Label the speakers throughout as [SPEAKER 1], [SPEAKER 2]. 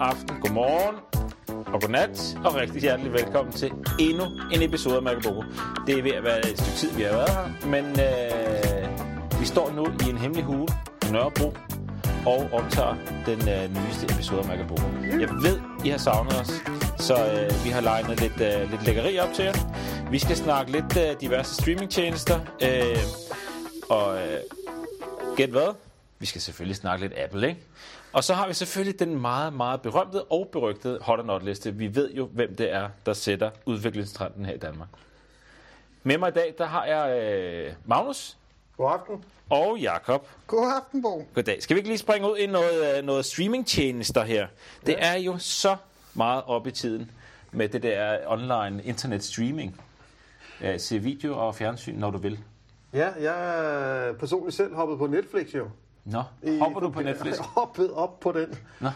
[SPEAKER 1] aften, godmorgen og godnat, og rigtig hjertelig velkommen til endnu en episode af Makabobo. Det er ved at være et stykke tid, vi har været her, men øh, vi står nu i en hemmelig hule på Nørrebro og optager den øh, nyeste episode af Makabobo. Jeg ved, I har savnet os, så øh, vi har legnet lidt, øh, lidt lækkeri op til jer. Vi skal snakke lidt øh, diverse streamingtjenester, øh, og øh, gæt hvad? Vi skal selvfølgelig snakke lidt Apple, ikke? Og så har vi selvfølgelig den meget, meget berømte og berygtede hot not liste. Vi ved jo, hvem det er, der sætter udviklingstrenden her i Danmark. Med mig i dag, der har jeg øh, Magnus
[SPEAKER 2] God aften.
[SPEAKER 1] og Jakob.
[SPEAKER 2] God aften, Bo.
[SPEAKER 1] Goddag. Skal vi ikke lige springe ud i noget, øh, noget streamingtjenester her? Det er jo så meget op i tiden med det der online internet streaming. Øh, Se video og fjernsyn, når du vil.
[SPEAKER 2] Ja, jeg er personligt selv hoppet på Netflix jo.
[SPEAKER 1] Nå,
[SPEAKER 2] I-
[SPEAKER 1] hopper du på Netflix?
[SPEAKER 2] Jeg hoppet op på den.
[SPEAKER 1] Nå.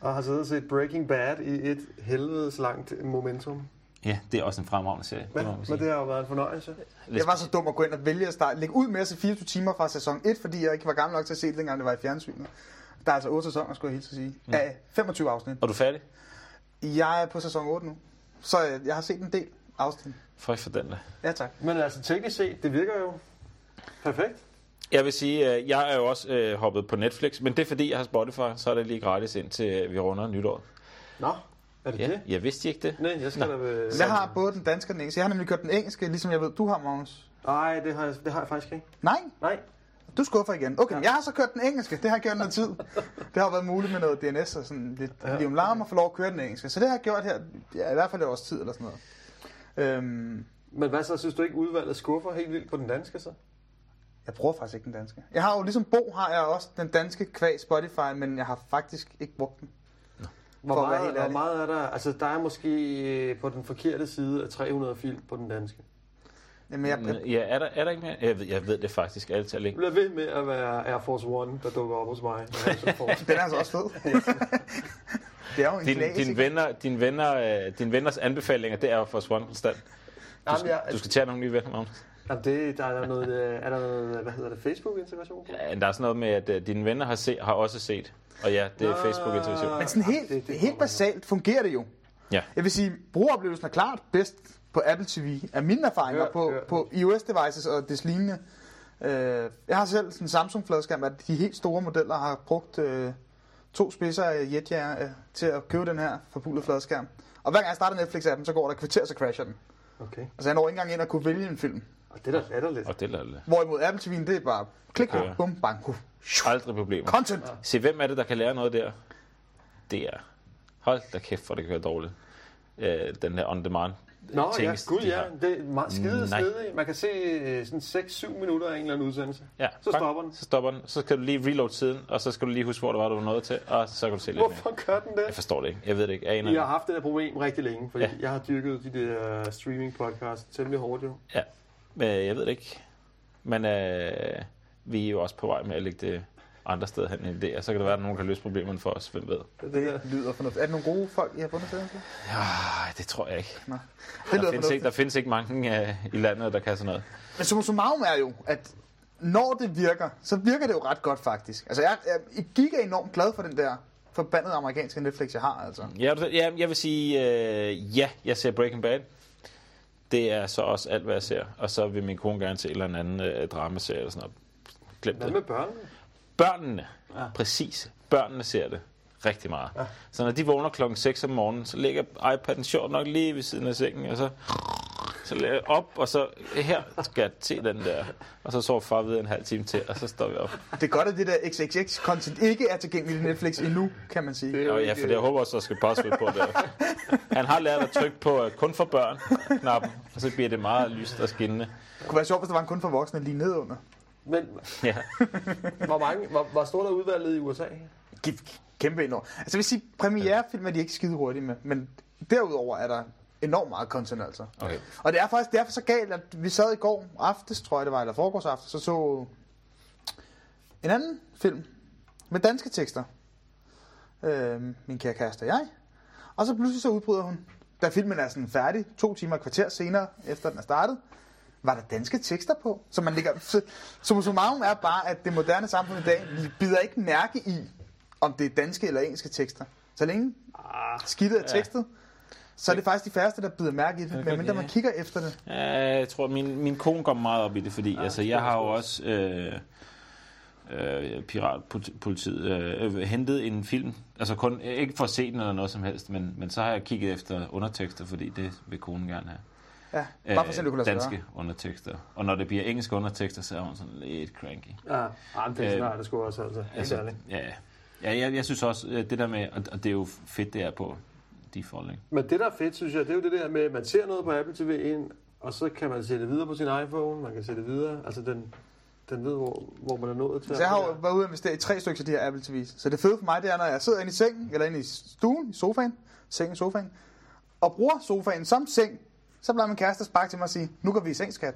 [SPEAKER 2] Og har siddet og set Breaking Bad i et helvedes langt momentum.
[SPEAKER 1] Ja, det er også en fremragende serie. det
[SPEAKER 2] Men,
[SPEAKER 1] må man
[SPEAKER 2] men
[SPEAKER 1] sige.
[SPEAKER 2] det har jo været en fornøjelse.
[SPEAKER 3] Jeg var så dum at gå ind og vælge at starte, lægge ud med at se 24 timer fra sæson 1, fordi jeg ikke var gammel nok til at se det, dengang det var i fjernsynet. Der er altså 8 sæsoner, skulle jeg helt sige. Mm. Af 25 afsnit.
[SPEAKER 1] Er du færdig?
[SPEAKER 3] Jeg er på sæson 8 nu, så øh, jeg har set en del afsnit.
[SPEAKER 1] Frygt for den der.
[SPEAKER 3] Ja tak.
[SPEAKER 2] Men altså teknisk set, det virker jo perfekt.
[SPEAKER 1] Jeg vil sige, øh, jeg er jo også øh, hoppet på Netflix, men det er fordi, jeg har Spotify, så er det lige gratis indtil øh, vi runder nytår.
[SPEAKER 2] Nå, er det
[SPEAKER 1] Ja,
[SPEAKER 2] det?
[SPEAKER 1] jeg vidste I ikke det.
[SPEAKER 2] Nej, jeg skal da... Ved...
[SPEAKER 3] Jeg har både den danske og den engelske. Jeg har nemlig gjort den engelske, ligesom jeg ved, du har, Magnus.
[SPEAKER 2] Nej, det har, jeg, det har jeg faktisk ikke.
[SPEAKER 3] Nej,
[SPEAKER 2] Nej.
[SPEAKER 3] du skuffer igen. Okay, jeg har så kørt den engelske. Det har jeg gjort noget tid. Det har været muligt med noget DNS og sådan lidt ja. liv larm at få lov at køre den engelske. Så det har jeg gjort her, ja, i hvert fald et års tid eller sådan noget. Øhm,
[SPEAKER 2] Men hvad så, synes du ikke udvalget skuffer helt vildt på den danske så?
[SPEAKER 3] Jeg bruger faktisk ikke den danske. Jeg har jo ligesom Bo har jeg også den danske kvæg Spotify, men jeg har faktisk ikke brugt den.
[SPEAKER 2] Hvor
[SPEAKER 3] For at være
[SPEAKER 2] meget,
[SPEAKER 3] helt
[SPEAKER 2] hvor
[SPEAKER 3] ærlig.
[SPEAKER 2] meget er der? Altså, der er måske øh, på den forkerte side af 300 film på den danske.
[SPEAKER 3] Jamen, jeg, jeg,
[SPEAKER 1] Ja, er der, er der ikke mere? Jeg ved, jeg ved det faktisk, alt talt
[SPEAKER 2] Jeg
[SPEAKER 1] ikke.
[SPEAKER 2] bliver ved med at være Air Force One, der dukker op hos mig. når jeg er så forrest.
[SPEAKER 3] den er altså også fed. det er jo en
[SPEAKER 1] Din,
[SPEAKER 3] klassiker.
[SPEAKER 1] din, venner, din, venner, øh, din venners anbefalinger, det er jo for Swan konstant. Du,
[SPEAKER 2] Jamen,
[SPEAKER 1] skal-
[SPEAKER 2] jeg,
[SPEAKER 1] du skal tage nogle nye venner, Magnus.
[SPEAKER 2] jamen, det, der er der noget, øh, er der noget, hvad hedder det, Facebook-integration?
[SPEAKER 1] Ja, der er sådan noget med, at øh, dine venner har, se, har også set. Og ja, det er
[SPEAKER 2] Nå.
[SPEAKER 1] Facebook-intuition.
[SPEAKER 3] Men sådan
[SPEAKER 2] Det-
[SPEAKER 3] helt, det,
[SPEAKER 2] det-
[SPEAKER 3] det helt basalt fungerer det jo.
[SPEAKER 1] Ja.
[SPEAKER 3] Jeg vil sige, brugeroplevelsen er klart bedst på Apple TV, er mine erfaringer
[SPEAKER 2] Ja,
[SPEAKER 3] ja, på,
[SPEAKER 2] ja.
[SPEAKER 3] ja. på iOS-devices og des lignende. Øh, jeg har selv sådan en Samsung-fladskærm, at de helt store modeller har brugt øh, to spidser af Jetjager øh, til at købe den her forpulede fladskærm. Og hver gang jeg starter Netflix-appen, så går der et kvarter, så crasher den.
[SPEAKER 2] Okay.
[SPEAKER 3] Altså jeg når ikke engang ind og kunne vælge en film.
[SPEAKER 2] Og det er da latterligt.
[SPEAKER 1] Og det er der
[SPEAKER 3] Hvorimod Apple TV'en, det er bare klik,
[SPEAKER 1] Ja.
[SPEAKER 3] ja. bum, bang, huh.
[SPEAKER 1] aldrig problemer.
[SPEAKER 3] Content!
[SPEAKER 1] Se, hvem er det, der kan lære noget der? Det er... Hold da kæft, hvor det kører dårligt. Øh, den her on-demand.
[SPEAKER 2] Nå, ja,
[SPEAKER 1] tingest,
[SPEAKER 2] gud
[SPEAKER 1] de
[SPEAKER 2] ja,
[SPEAKER 1] har.
[SPEAKER 2] det er meget skide
[SPEAKER 1] Nej.
[SPEAKER 2] stedigt. Man kan se øh, sådan 6-7 minutter af en eller anden udsendelse.
[SPEAKER 1] Ja,
[SPEAKER 2] Så stopper den.
[SPEAKER 1] Så stopper den. Så skal du lige reload siden, og så skal du lige huske, hvor der var, du var nået til, og så kan du se lidt mere.
[SPEAKER 2] Hvorfor gør den
[SPEAKER 1] Jeg
[SPEAKER 2] det?
[SPEAKER 1] forstår det ikke. Jeg ved det ikke. Jeg aner
[SPEAKER 2] Jeg har
[SPEAKER 1] ja.
[SPEAKER 2] haft det der problem rigtig længe, fordi
[SPEAKER 1] Ja.
[SPEAKER 2] jeg har dyrket de der streaming-podcasts temmelig hårdt jo.
[SPEAKER 1] ja. Men øh, jeg ved det ikke. Men øh, vi er jo også på vej med at lægge det andre steder hen end det, og så kan det være, at nogen kan løse problemerne for os. Hvem ved?
[SPEAKER 2] Det, det, der.
[SPEAKER 3] Det lyder fornuftigt. Er det nogle gode folk, I har fundet til? Det
[SPEAKER 1] Ja, Ah, det tror jeg ikke.
[SPEAKER 3] lyder
[SPEAKER 1] Der findes ikke,
[SPEAKER 3] fornuftigt.
[SPEAKER 1] der findes ikke mange øh, i landet, der kan sådan noget.
[SPEAKER 3] Men summa summarum er jo, at når det virker, så virker det jo ret godt faktisk. Altså jeg, jeg, jeg gik er enormt glad for den der forbandede amerikanske Netflix, jeg har altså.
[SPEAKER 1] Ja, du- ja, jeg vil sige, øh, ja, jeg ser Breaking Bad. Det er så også alt, hvad jeg ser. Og så vil min kone gerne se en eller anden øh, dramaserie eller sådan noget. Glem
[SPEAKER 2] Hvad
[SPEAKER 1] det.
[SPEAKER 2] med børnene?
[SPEAKER 1] Børnene,
[SPEAKER 2] Ja.
[SPEAKER 1] ja. præcis. Børnene ser det rigtig meget. Ja. Så når de vågner klokken 6 om morgenen, så ligger iPad'en sjovt nok lige ved siden af sengen, og så, så lægger jeg op, og så her skal jeg se den der. Og så sover far videre en halv time til, og så står vi op.
[SPEAKER 3] Det er godt, at det der XXX-content ikke er tilgængeligt i Netflix endnu, kan man sige.
[SPEAKER 2] Det er
[SPEAKER 1] Ja,
[SPEAKER 2] jo
[SPEAKER 1] ja,
[SPEAKER 2] ikke, øh,
[SPEAKER 1] for jeg håber også, at der skal password på der. Han har lært at trykke på øh, kun for børn knappen, og så bliver det meget lyst og skinnende.
[SPEAKER 3] Det kunne være sjovt, hvis der var en kun for voksne lige nedunder.
[SPEAKER 2] Men
[SPEAKER 1] Ja.
[SPEAKER 2] hvor, mange, hvor, hvor stort er udvalget i USA?
[SPEAKER 3] Gi- Kæmpe enormt. Altså jeg vil sige, premierefilm er de ikke skide hurtige med, men derudover er der enormt meget content altså.
[SPEAKER 1] Okay.
[SPEAKER 3] Og det er faktisk derfor så galt, at vi sad i går aftes, tror jeg det var, eller foregårs aftes, så så en anden film med danske tekster. Øh, min kære kæreste og jeg. Og så pludselig så udbryder hun, da filmen er sådan færdig, to timer og et kvarter senere, efter den er startet, var der danske tekster på? Så man ligger... Så, summa summarum er bare, at det moderne samfund i dag bider ikke mærke i, om det er danske eller engelske tekster. Så længe
[SPEAKER 2] Ah,
[SPEAKER 3] skidtet er tekstet, så er det faktisk de færreste, der bider mærke i det,
[SPEAKER 1] godt,
[SPEAKER 3] medmindre
[SPEAKER 1] ja.
[SPEAKER 3] man kigger efter det.
[SPEAKER 1] Ja, jeg tror, min, min kone går meget op i det, fordi ja,
[SPEAKER 3] Ah,
[SPEAKER 1] altså,
[SPEAKER 2] det
[SPEAKER 1] jeg
[SPEAKER 2] tror jeg
[SPEAKER 1] har jo
[SPEAKER 2] sgu
[SPEAKER 1] også øh, øh, piratpolitiet øh, øh, hentet en film. Altså kun, ikke for at se den eller noget som helst, men, men så har jeg kigget efter undertekster, fordi det vil konen gerne have.
[SPEAKER 3] Ja, bare for at se, om det kunne lade sig
[SPEAKER 1] Øh, danske
[SPEAKER 3] gøre.
[SPEAKER 1] undertekster. Og når det bliver engelske undertekster, så er hun sådan lidt cranky.
[SPEAKER 2] ah, ah, men det er
[SPEAKER 1] Øh,
[SPEAKER 2] sådan, øh, det skulle også, altså. Helt
[SPEAKER 1] Altså,
[SPEAKER 2] ærligt.
[SPEAKER 1] ja, ja. ja jeg, jeg synes også, øh, det der med, og og det er jo fedt, det er på default, ikke?
[SPEAKER 2] Men det, der er fedt, synes jeg, det er jo det der med, at man ser noget på Apple TV'en, og så kan man se det videre på sin iPhone, man kan se det videre. Altså, den, den ved, hvor, hvor man er nået til.
[SPEAKER 3] Så jeg har jo været ude og investere i tre stykker af de her Apple TV's. Så det fede for mig, det er, når jeg sidder inde i sengen, eller inde i stuen, i sofaen, sengen, sofaen, og bruger sofaen som seng, så bliver min kæreste spark til mig og sige, nu går vi i seng, skat.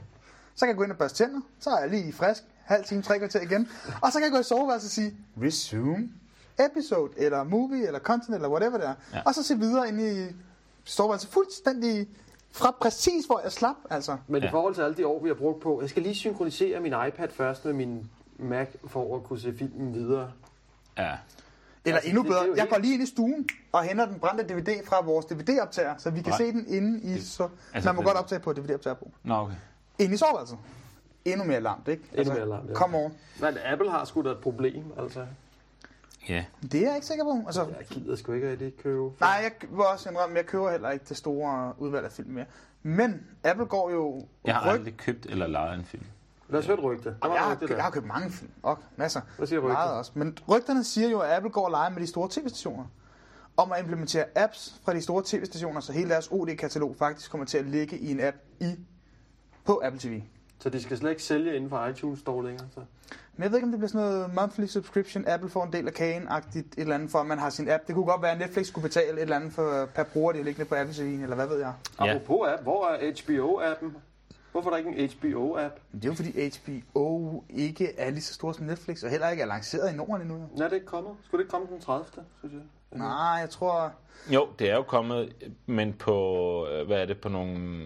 [SPEAKER 3] Så kan jeg gå ind og børste tænder, så er jeg lige frisk, halv time, tre kvarter igen, og så kan jeg gå i soveværelset og sige, resume episode, eller movie, eller content, eller whatever det er,
[SPEAKER 1] Ja.
[SPEAKER 3] ja. og så se videre ind i soveværelset fuldstændig fra præcis, hvor jeg slap, altså.
[SPEAKER 2] Men
[SPEAKER 1] Ja.
[SPEAKER 2] i forhold til alle de år, vi har brugt på, jeg skal lige synkronisere min iPad først med min Mac, for at kunne se filmen videre.
[SPEAKER 1] Ja.
[SPEAKER 3] Eller
[SPEAKER 2] Altså,
[SPEAKER 3] endnu
[SPEAKER 2] det- det er
[SPEAKER 3] bedre,
[SPEAKER 2] jo
[SPEAKER 3] jeg
[SPEAKER 2] helt-
[SPEAKER 3] går lige ind i stuen og henter den brændte DVD fra vores DVD-optager, så vi kan
[SPEAKER 1] Nej.
[SPEAKER 3] se den inde i...
[SPEAKER 1] Det-
[SPEAKER 3] Så,
[SPEAKER 1] altså,
[SPEAKER 3] man må
[SPEAKER 1] det-
[SPEAKER 3] godt optage på DVD-optager på.
[SPEAKER 1] Nå, okay.
[SPEAKER 3] Inde i soveværelset. Endnu mere larmt, ikke? Altså, Endnu
[SPEAKER 2] mere larmt, ja.
[SPEAKER 3] Kom over.
[SPEAKER 2] Men Apple har sgu da et problem, altså.
[SPEAKER 1] Ja.
[SPEAKER 3] Det er jeg ikke sikker på. Altså,
[SPEAKER 2] Jeg gider sgu ikke rigtig købe.
[SPEAKER 3] nej, jeg vil også indrømme, jeg køber heller ikke det store udvalg af film mere. Men Apple går jo...
[SPEAKER 1] Jeg har
[SPEAKER 3] ryg-
[SPEAKER 1] aldrig købt eller lejet en film.
[SPEAKER 2] Lad os høre et rygte. Der var
[SPEAKER 3] jeg,
[SPEAKER 2] et
[SPEAKER 3] har,
[SPEAKER 2] rygte
[SPEAKER 3] kø- jeg
[SPEAKER 2] der.
[SPEAKER 3] har købt mange film. Og masser.
[SPEAKER 2] Hvad siger rygtet?
[SPEAKER 3] Meget også. Men rygterne siger jo, at Apple går og leger med de store tv-stationer. Om at implementere apps fra de store tv-stationer, så hele deres OD-katalog faktisk kommer til at ligge i en app i på Apple TV.
[SPEAKER 2] Så de skal slet ikke sælge inden for iTunes Store længere, så.
[SPEAKER 3] Men jeg ved ikke, om det bliver sådan noget monthly subscription, Apple får en del af kagen-agtigt et eller andet, for at man har sin app. Det kunne godt være, at Netflix skulle betale et eller andet for, per bruger, de har liggende på Apple TV, eller hvad ved jeg.
[SPEAKER 1] Ja.
[SPEAKER 2] Apropos app, hvor er HBO-appen? Hvorfor er der ikke en HBO-app?
[SPEAKER 3] Men det er jo fordi HBO ikke er lige så stor som Netflix, og heller ikke er lanceret i Norden endnu. jo.
[SPEAKER 2] Nej, det er ikke kommet. Skulle det ikke komme den 30. synes jeg?
[SPEAKER 3] Nej, jeg tror...
[SPEAKER 1] Jo, det er jo kommet, men på, øh, hvad er det, på nogle...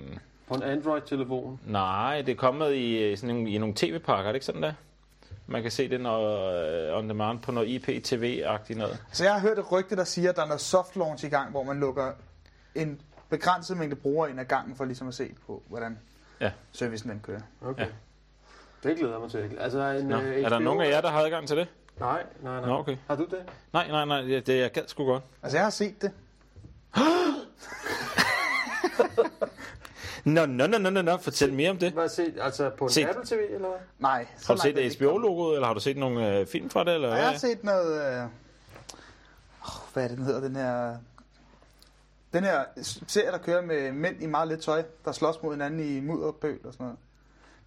[SPEAKER 2] På en Android-telefon.
[SPEAKER 1] Nej, det er kommet i, øh, sådan en, i nogle tv-pakker, er det ikke sådan der? Man kan se det når, øh, on demand på noget IPTV-agtigt noget.
[SPEAKER 3] Så jeg har hørt et rygte, der siger, at der er noget soft launch i gang, hvor man lukker en begrænset mængde brugere ind ad gangen, for ligesom at se på, hvordan
[SPEAKER 1] Ja.
[SPEAKER 3] servicen den kører.
[SPEAKER 2] Okay.
[SPEAKER 1] Ja.
[SPEAKER 2] Det glæder jeg mig til. Altså, en,
[SPEAKER 1] Nå,
[SPEAKER 2] øh,
[SPEAKER 1] er der
[SPEAKER 2] HBO
[SPEAKER 1] nogen af jer, der har adgang til det?
[SPEAKER 2] Nej, nej, nej.
[SPEAKER 1] Nå, okay.
[SPEAKER 2] Har du det?
[SPEAKER 1] Nej, nej, nej, det, det jeg gad sgu godt.
[SPEAKER 3] Altså, jeg har set det.
[SPEAKER 1] Nå, nå, nå, nå, nå, nå, fortæl mere om det.
[SPEAKER 2] Hvad set? Altså på en
[SPEAKER 1] Set.
[SPEAKER 2] Apple TV, eller hvad?
[SPEAKER 3] Nej. så
[SPEAKER 1] Har du
[SPEAKER 3] langt er det
[SPEAKER 1] set
[SPEAKER 3] ikke
[SPEAKER 1] HBO-logoet, eller har du set nogle øh, film fra det? Eller
[SPEAKER 3] kommet.
[SPEAKER 1] hvad?
[SPEAKER 3] Jeg har set noget... Øh... Oh, hvad er det, den hedder? Den her... Den her serie, der kører med mænd i meget lidt tøj, der slås mod hinanden i mudder og pøl og sådan noget.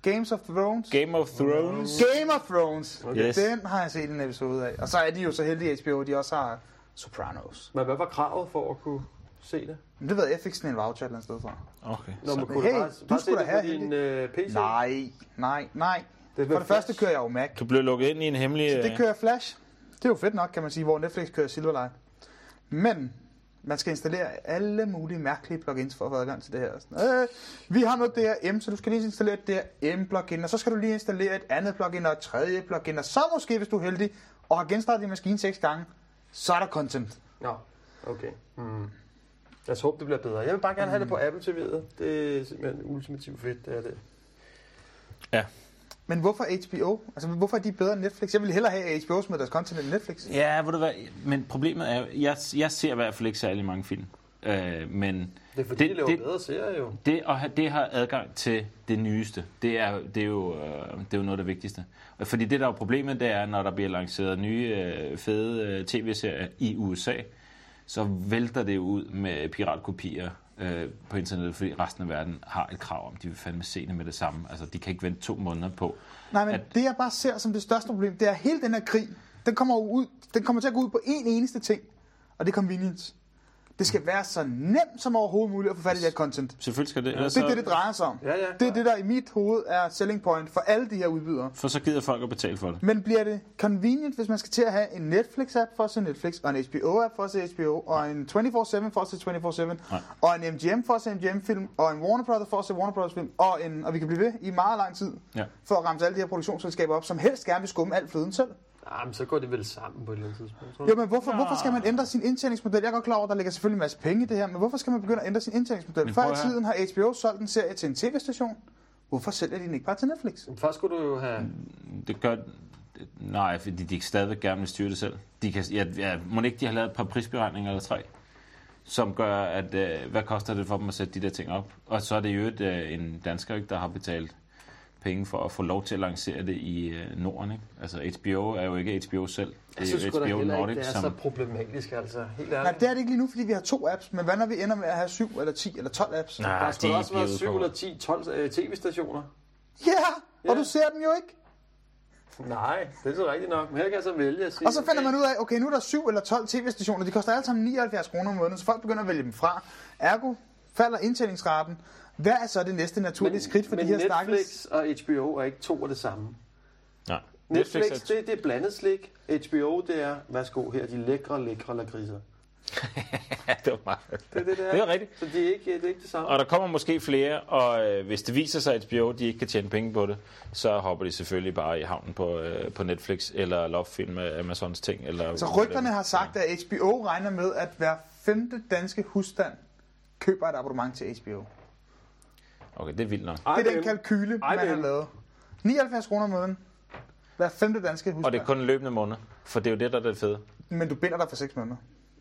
[SPEAKER 3] Games of Thrones.
[SPEAKER 1] Game of Thrones.
[SPEAKER 3] Game of Thrones.
[SPEAKER 1] Okay. Yes.
[SPEAKER 3] Den har jeg set en episode af. Og så er de jo så heldige, HBO, de også har Sopranos.
[SPEAKER 2] Men hvad var kravet for at kunne se det?
[SPEAKER 3] Men det ved jeg, jeg fik sådan en voucher et eller andet sted fra.
[SPEAKER 1] Okay.
[SPEAKER 2] Nå, men
[SPEAKER 3] Så-
[SPEAKER 2] kunne hey, du
[SPEAKER 3] Hey,
[SPEAKER 2] bare,
[SPEAKER 3] du
[SPEAKER 2] bare se
[SPEAKER 3] skulle
[SPEAKER 2] det
[SPEAKER 3] da have
[SPEAKER 2] på din øh, PC?
[SPEAKER 3] Nej, nej, nej.
[SPEAKER 2] Det
[SPEAKER 3] For det første kører jeg jo Mac.
[SPEAKER 1] Du blev lukket ind i en hemmelig... øh,
[SPEAKER 3] Så det kører jeg Flash. Det er jo fedt nok, kan man sige, hvor Netflix kører Silverlight. Men man skal installere alle mulige mærkelige plugins for at få adgang til det her. Sådan, øh, vi har noget DRM, så du skal lige installere et DRM-plugin, og så skal du lige installere et andet plugin og et tredje plugin, og så måske, hvis du er heldig, og har genstartet din maskine seks gange, så er der content.
[SPEAKER 2] Nå, okay. Hmm. Lad os håbe, det bliver bedre. Jeg vil bare gerne have det på Apple TV'et. Det er simpelthen ultimativt fedt, det er det.
[SPEAKER 3] Men hvorfor HBO? Altså, hvorfor er de bedre end Netflix? Jeg ville hellere have at HBO smed deres content end Netflix.
[SPEAKER 1] Ja, ved du hvad, men problemet er, jo- jeg, jeg ser i hvert fald ikke særlig mange film. Øh, men
[SPEAKER 2] Det er fordi,
[SPEAKER 1] Det-
[SPEAKER 2] det, de laver
[SPEAKER 1] det-
[SPEAKER 2] det, bedre serier jo.
[SPEAKER 1] det at have, det har adgang til det nyeste, det er, det er, jo, øh, det er jo noget af det vigtigste. Fordi det, der er jo problemet, det er, når der bliver lanceret nye øh, fede øh, tv-serier i USA, så vælter det jo ud med piratkopier øh, på internettet, fordi resten af verden har et krav om, de vil fandme se det med det samme. Altså, de kan ikke vente to måneder på.
[SPEAKER 3] Nej, men
[SPEAKER 1] at-
[SPEAKER 3] at... det jeg bare ser som det største problem, det er at hele den her krig, den kommer, jo ud, den kommer til at gå ud på én eneste ting, og det er convenience. Det skal være så nemt som overhovedet muligt at få fat i det her content. Det
[SPEAKER 1] Selvfølgelig skal det... Ja,
[SPEAKER 3] er det, det drejer sig om.
[SPEAKER 2] Ja, ja.
[SPEAKER 3] Det er det, der i mit hoved er selling point for alle de her udbydere.
[SPEAKER 1] For så gider folk at betale for det.
[SPEAKER 3] Men bliver det convenient, hvis man skal til at have en Netflix-app for at se Netflix, og en HBO-app for at se HBO, og en 24-7 for at se 24-7, og en MGM for at se MGM-film, og en Warner Brothers for at se Warner Brothers-film, og, en, og vi kan blive ved i meget lang tid
[SPEAKER 1] Ja.
[SPEAKER 3] for at ramse alle de her produktionsselskaber op, som helst gerne vil skumme alt fløden selv.
[SPEAKER 2] Ah, men så går det vel sammen på et eller andet tidspunkt. tror du?
[SPEAKER 3] Jo, men hvorfor, hvorfor skal
[SPEAKER 1] Ah.
[SPEAKER 3] man ændre sin indtjeningsmodel? Jeg er godt klar over, at der ligger selvfølgelig en masse penge i det her, men hvorfor skal man begynde at ændre sin indtjeningsmodel?
[SPEAKER 1] Men
[SPEAKER 3] Før
[SPEAKER 1] prøv
[SPEAKER 3] i
[SPEAKER 1] at høre.
[SPEAKER 3] tiden har HBO solgt en serie til en tv-station. Hvorfor sælger de den ikke bare til Netflix?
[SPEAKER 2] Men Først skulle du jo
[SPEAKER 1] Mm.
[SPEAKER 2] have...
[SPEAKER 1] Det gør... Nej, fordi de stadigvæk gerne vil styre det selv. De kan, ja, ja, må ikke de har lavet et par prisberegninger eller tre, som gør, at øh, hvad koster det for dem at sætte de der ting op? Og så er det jo et, øh, en dansker, ikke, der har betalt penge for at få lov til at lancere det i øh, Norden. Ikke? Altså HBO er jo ikke HBO selv.
[SPEAKER 2] Jeg
[SPEAKER 1] Det
[SPEAKER 2] synes
[SPEAKER 1] er
[SPEAKER 2] sgu
[SPEAKER 1] jo
[SPEAKER 2] da
[SPEAKER 1] HBO
[SPEAKER 2] heller ikke,
[SPEAKER 1] Nordic,
[SPEAKER 2] det er
[SPEAKER 1] som...
[SPEAKER 2] så problematisk, altså. Helt ærligt.
[SPEAKER 3] Nej, det er det ikke lige nu, fordi vi har to apps, men hvad når vi ender med at have syv eller ti eller 12 apps? Ja,
[SPEAKER 1] Nej,
[SPEAKER 2] Der skulle
[SPEAKER 1] de
[SPEAKER 2] også være
[SPEAKER 1] bliver udkommet.
[SPEAKER 2] 710 12 øh, tv-stationer.
[SPEAKER 3] yeah, og
[SPEAKER 2] Ja.
[SPEAKER 3] du ser dem jo ikke.
[SPEAKER 2] Nej, det er så rigtigt nok. Men her kan jeg så vælge at sige...
[SPEAKER 3] Og så finder man ud af, okay, nu er der syv eller 12 tv-stationer, de koster alle sammen 79 kroner om måneden, så folk begynder at vælge dem fra. Ergo falder indtjeningsraten. Hvad er så det næste naturlige skridt for
[SPEAKER 2] men
[SPEAKER 3] de her
[SPEAKER 2] Netflix
[SPEAKER 3] stakkels?
[SPEAKER 2] og HBO er ikke to af det samme.
[SPEAKER 1] Nej.
[SPEAKER 2] Netflix,
[SPEAKER 1] Netflix
[SPEAKER 2] Netflix det, det er blandet slik. HBO, det er, værsgo, her er de lækre, lækre lakridser.
[SPEAKER 1] er... det var meget.
[SPEAKER 2] Det er det, der.
[SPEAKER 1] Det er rigtigt.
[SPEAKER 2] Så det er ikke det, er ikke det samme.
[SPEAKER 1] Og der kommer måske flere, og øh, hvis det viser sig, at HBO de ikke kan tjene penge på det, så hopper de selvfølgelig bare i havnen på, øh, på Netflix eller Lovefilm af Amazons ting. Eller
[SPEAKER 3] Så rygterne har sagt, at HBO regner med, at hver femte danske husstand køber et abonnement til HBO. Det
[SPEAKER 1] Okay, det er vildt nok.
[SPEAKER 3] er den kalkyle, man har
[SPEAKER 2] IBM.
[SPEAKER 3] lavet. 79 kroner om måneden. Hver femte danske husstand.
[SPEAKER 1] Og det er kun en løbende måned, for det er jo det, der er det fede.
[SPEAKER 3] Men du binder dig for 6 måneder.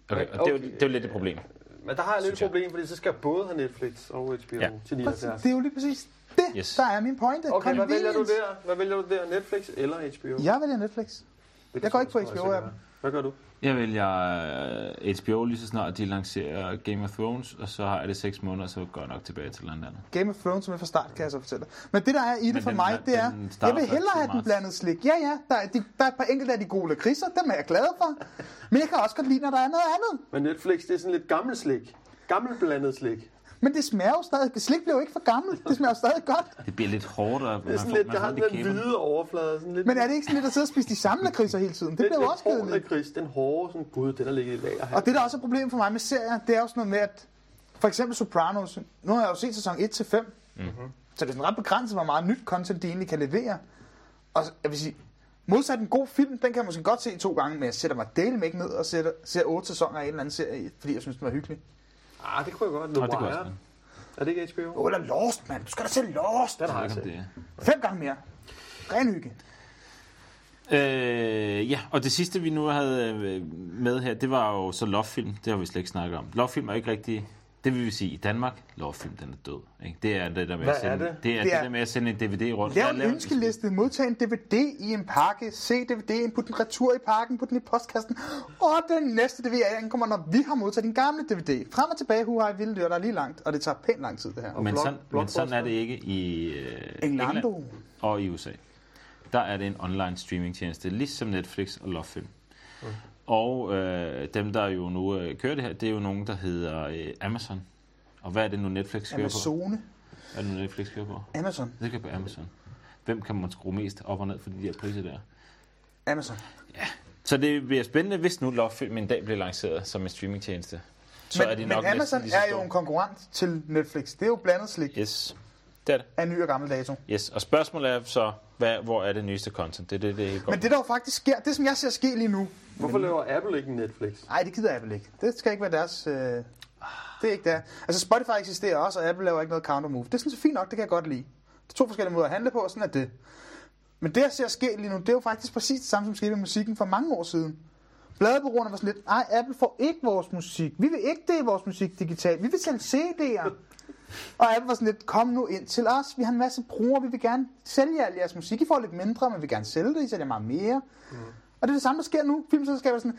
[SPEAKER 1] Okay, og det er, jo,
[SPEAKER 2] Okay.
[SPEAKER 1] det er jo lidt et problem.
[SPEAKER 2] Men der har jeg lidt
[SPEAKER 1] Synes jeg.
[SPEAKER 2] et problem, fordi så skal jeg både have Netflix og HBO
[SPEAKER 1] Ja.
[SPEAKER 2] ja. til
[SPEAKER 3] Præcis.
[SPEAKER 2] 79.
[SPEAKER 3] Det er jo lige præcis det,
[SPEAKER 1] Yes.
[SPEAKER 3] yes. der er min pointe.
[SPEAKER 2] Okay, hvad vælger du
[SPEAKER 3] Convenience.
[SPEAKER 2] der? Hvad vælger du der? Netflix eller HBO?
[SPEAKER 3] Jeg vælger Netflix.
[SPEAKER 2] Det
[SPEAKER 3] jeg
[SPEAKER 2] kan
[SPEAKER 3] går ikke på
[SPEAKER 2] sgu da
[SPEAKER 3] HBO -appen.
[SPEAKER 2] sikkert være. Hvad gør du?
[SPEAKER 1] Jeg vælger øh, HBO lige så snart, de lancerer Game of Thrones, og så har jeg det seks måneder, så går jeg nok tilbage til noget andet.
[SPEAKER 3] Game of Thrones med fra start, kan jeg så fortælle dig. Men det, der er i det
[SPEAKER 1] Men
[SPEAKER 3] for
[SPEAKER 1] den-
[SPEAKER 3] mig, det er,
[SPEAKER 1] den starter
[SPEAKER 3] jeg vil
[SPEAKER 1] først
[SPEAKER 3] hellere
[SPEAKER 1] i
[SPEAKER 3] have den
[SPEAKER 1] marts.
[SPEAKER 3] blandet slik. Ja, ja, der er, de, der er et par enkelte af de gode lakridser, dem er jeg glad for. Men jeg kan også godt lide, når der er noget andet.
[SPEAKER 2] Men Netflix, det er sådan lidt gammel slik. Gammel blandet slik.
[SPEAKER 3] Men det smager jo stadig. Slik bliver jo ikke for gammelt. Det smager jo stadig godt.
[SPEAKER 1] Det bliver lidt hårdt, og
[SPEAKER 2] Det
[SPEAKER 1] man får,
[SPEAKER 2] er sådan lidt,
[SPEAKER 1] man
[SPEAKER 2] der
[SPEAKER 1] får
[SPEAKER 2] har
[SPEAKER 1] lidt
[SPEAKER 2] den der
[SPEAKER 1] kæber.
[SPEAKER 2] hvide overflade. Sådan lidt,
[SPEAKER 3] Men er det ikke sådan lidt at sidde og spise de samme lakridser hele tiden? Det bliver jo også
[SPEAKER 2] kedeligt.
[SPEAKER 3] kedeligt.
[SPEAKER 2] Den hårde, den hårde, sådan, gud, den er ligget i lager.
[SPEAKER 3] Og det, der også er problemet for mig med serier, det er jo sådan noget med, at for eksempel Sopranos, nu har jeg jo set sæson 1-5, mm-hmm. så det er sådan ret begrænset, hvor meget nyt content de egentlig kan levere. Og jeg vil sige, modsat en god film, den kan jeg måske godt se to gange, men jeg sætter mig delen ikke ned og sætter, ser otte sæsoner af en eller anden serie, fordi jeg synes, den var hyggelig.
[SPEAKER 2] Ah, det kunne jeg godt. The
[SPEAKER 1] Nå, det
[SPEAKER 2] Wire.
[SPEAKER 1] kunne jeg også godt.
[SPEAKER 2] er det ikke HBO?
[SPEAKER 3] Åh, eller Lost, mand. Du skal da se Lost.
[SPEAKER 2] Den har
[SPEAKER 1] Jeg
[SPEAKER 2] jeg
[SPEAKER 1] ved
[SPEAKER 2] set.
[SPEAKER 1] ikke, om det er-
[SPEAKER 3] Fem gange mere. Ren hygge.
[SPEAKER 1] Øh, ja, og det sidste, vi nu havde øh, med her, det var jo så Lovefilm. Det har vi slet ikke snakket om. Lovefilm er ikke rigtig... Det vil vi sige i Danmark, Lovefilm, den er død. Ikke? Det er det der med
[SPEAKER 2] Hvad
[SPEAKER 1] at
[SPEAKER 2] er
[SPEAKER 1] sende,
[SPEAKER 2] det?
[SPEAKER 1] Det, er
[SPEAKER 3] Det
[SPEAKER 1] det
[SPEAKER 3] er-
[SPEAKER 1] der med at sende en DVD rundt.
[SPEAKER 3] Lav
[SPEAKER 1] Ja,
[SPEAKER 3] en ønskeliste, modtag en DVD i en pakke, se DVD'en, put den retur i pakken, put den i postkassen, og den næste DVD ankommer, når vi har modtaget din gamle DVD. Frem og tilbage, huha, vilde dyr, der er lige langt, og det tager pænt lang tid, det her.
[SPEAKER 1] Men,
[SPEAKER 2] Block-
[SPEAKER 1] sådan, men sådan er det ikke i øh,
[SPEAKER 3] Englando.
[SPEAKER 1] England og i USA. Der er det en online streamingtjeneste, ligesom Netflix og Lovefilm.
[SPEAKER 3] Mm.
[SPEAKER 1] Og øh, dem, der jo nu øh, kører det her, det er jo nogen, der hedder øh, Amazon. Og hvad er det nu, Netflix kører på?
[SPEAKER 3] Amazone.
[SPEAKER 1] Hvad er det nu, Netflix kører på?
[SPEAKER 3] Amazon.
[SPEAKER 1] Det kan på Amazon. Hvem kan man skrue mest op og ned for de der priser der?
[SPEAKER 3] Amazon.
[SPEAKER 1] Så det bliver spændende, hvis nu Lovefilm en dag bliver lanceret som en streamingtjeneste. Så
[SPEAKER 3] men
[SPEAKER 1] er de nok
[SPEAKER 3] men Amazon
[SPEAKER 1] næsten lige så
[SPEAKER 3] er jo
[SPEAKER 1] store.
[SPEAKER 3] en konkurrent til Netflix. Det er jo blandet slik
[SPEAKER 1] Yes, det er det.
[SPEAKER 3] af ny og gammel dato.
[SPEAKER 1] Yes. Og spørgsmålet er så, hvad, hvor er det nyeste content? Det er det, det hele går
[SPEAKER 3] Men det, der jo faktisk sker, det som jeg ser ske lige nu,
[SPEAKER 2] Hvorfor laver Apple ikke en Netflix?
[SPEAKER 3] Nej, det gider Apple ikke. Det skal ikke være deres... Øh, det er ikke der. Altså Spotify eksisterer også, og Apple laver ikke noget counter move. Det er sådan set fint nok, det kan jeg godt lide. Det er to forskellige måder at handle på, og sådan er det. Men det, jeg ser ske lige nu, det er jo faktisk præcis det samme, som skete med musikken for mange år siden. Bladebrugerne var sådan lidt, nej, Apple får ikke vores musik. Vi vil ikke det vores musik digitalt. Vi vil sælge CD'er. Og Apple var sådan lidt, kom nu ind til os. Vi har en masse brugere, vi vil gerne sælge al jeres musik. I får lidt mindre, men vi vil gerne sælge det. I sælger meget mere. Mm. Og det er det samme, der sker nu. Filmselskaber er sådan,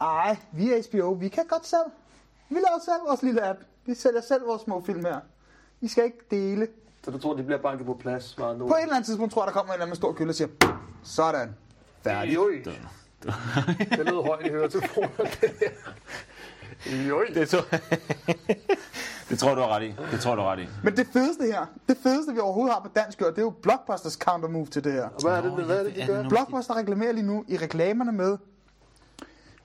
[SPEAKER 3] ej, vi er HBO, vi kan godt selv. Vi laver selv vores lille app. Vi sælger selv vores små film her. I skal ikke dele.
[SPEAKER 2] Så du tror, de bliver banket på plads? Var
[SPEAKER 3] På et eller andet tidspunkt tror jeg, der kommer en eller anden stor kølle og siger, sådan.
[SPEAKER 2] færdigt. Jo, det lød højt i høretelefonerne.
[SPEAKER 1] Det, tror... det tror du er ret i. Det tror du er ret i.
[SPEAKER 3] Men det fedeste her, det fedeste vi overhovedet har på dansk jord, det er jo Blockbusters counter move til det her.
[SPEAKER 2] Og Hvad er det, hvad er det, de gør?
[SPEAKER 3] Blockbuster reklamerer lige nu i reklamerne med,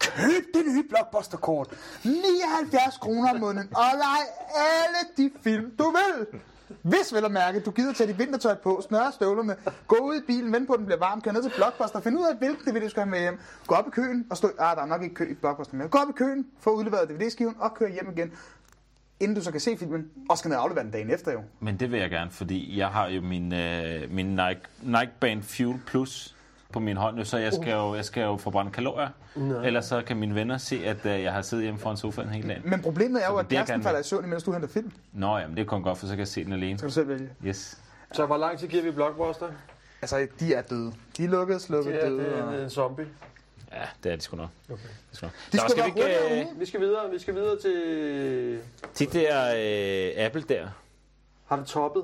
[SPEAKER 3] køb det nye Blockbuster-kort, 79 kroner om måneden, og leg alle de film, du vil. Hvis vel at mærke, du gider tage dit vintertøj på, snøre støvlerne, gå ud i bilen, vente på, at den bliver varm, køre ned til Blockbuster, finde ud af, hvilken DVD du skal have med hjem, gå op i køen og stå... Ah, der er nok ikke kø i Blockbuster mere. Gå op i køen, få udleveret DVD-skiven og køre hjem igen, inden du så kan se filmen, og skal ned og aflevere den dagen efter jo.
[SPEAKER 1] Men det vil jeg gerne, fordi jeg har jo min, øh, min Nike, Nike Band Fuel Plus på min hånd, nu, så jeg
[SPEAKER 3] Uh.
[SPEAKER 1] skal, jo, jeg skal jo forbrænde kalorier. Nej. Ellers så kan mine venner se, at øh, jeg har siddet hjemme foran sofaen hele dagen.
[SPEAKER 3] Men problemet er jo,
[SPEAKER 1] Så
[SPEAKER 3] at
[SPEAKER 1] det, jeg gerne
[SPEAKER 3] kæresten
[SPEAKER 1] vil.
[SPEAKER 3] falder i søvn, imens du henter film. Så
[SPEAKER 1] Nå, jamen, det kunne godt, for så kan jeg se den alene.
[SPEAKER 3] kan du selv vælge.
[SPEAKER 1] Yes.
[SPEAKER 2] Så hvor lang tid giver vi Blockbuster?
[SPEAKER 3] Altså, de er døde. De er lukket, slukket,
[SPEAKER 2] Ja,
[SPEAKER 3] døde.
[SPEAKER 2] det
[SPEAKER 3] og-
[SPEAKER 2] er en øh, zombie.
[SPEAKER 1] Ja, det er de sgu nok. Okay. Det er sgu nok.
[SPEAKER 3] De
[SPEAKER 1] Nå,
[SPEAKER 3] skal
[SPEAKER 1] skal
[SPEAKER 3] være
[SPEAKER 1] vi
[SPEAKER 3] hurtigere
[SPEAKER 1] ikke... Øh,
[SPEAKER 3] ude.
[SPEAKER 2] Vi skal videre, vi skal videre til...
[SPEAKER 1] de der øh, Apple der,
[SPEAKER 2] Har det toppet?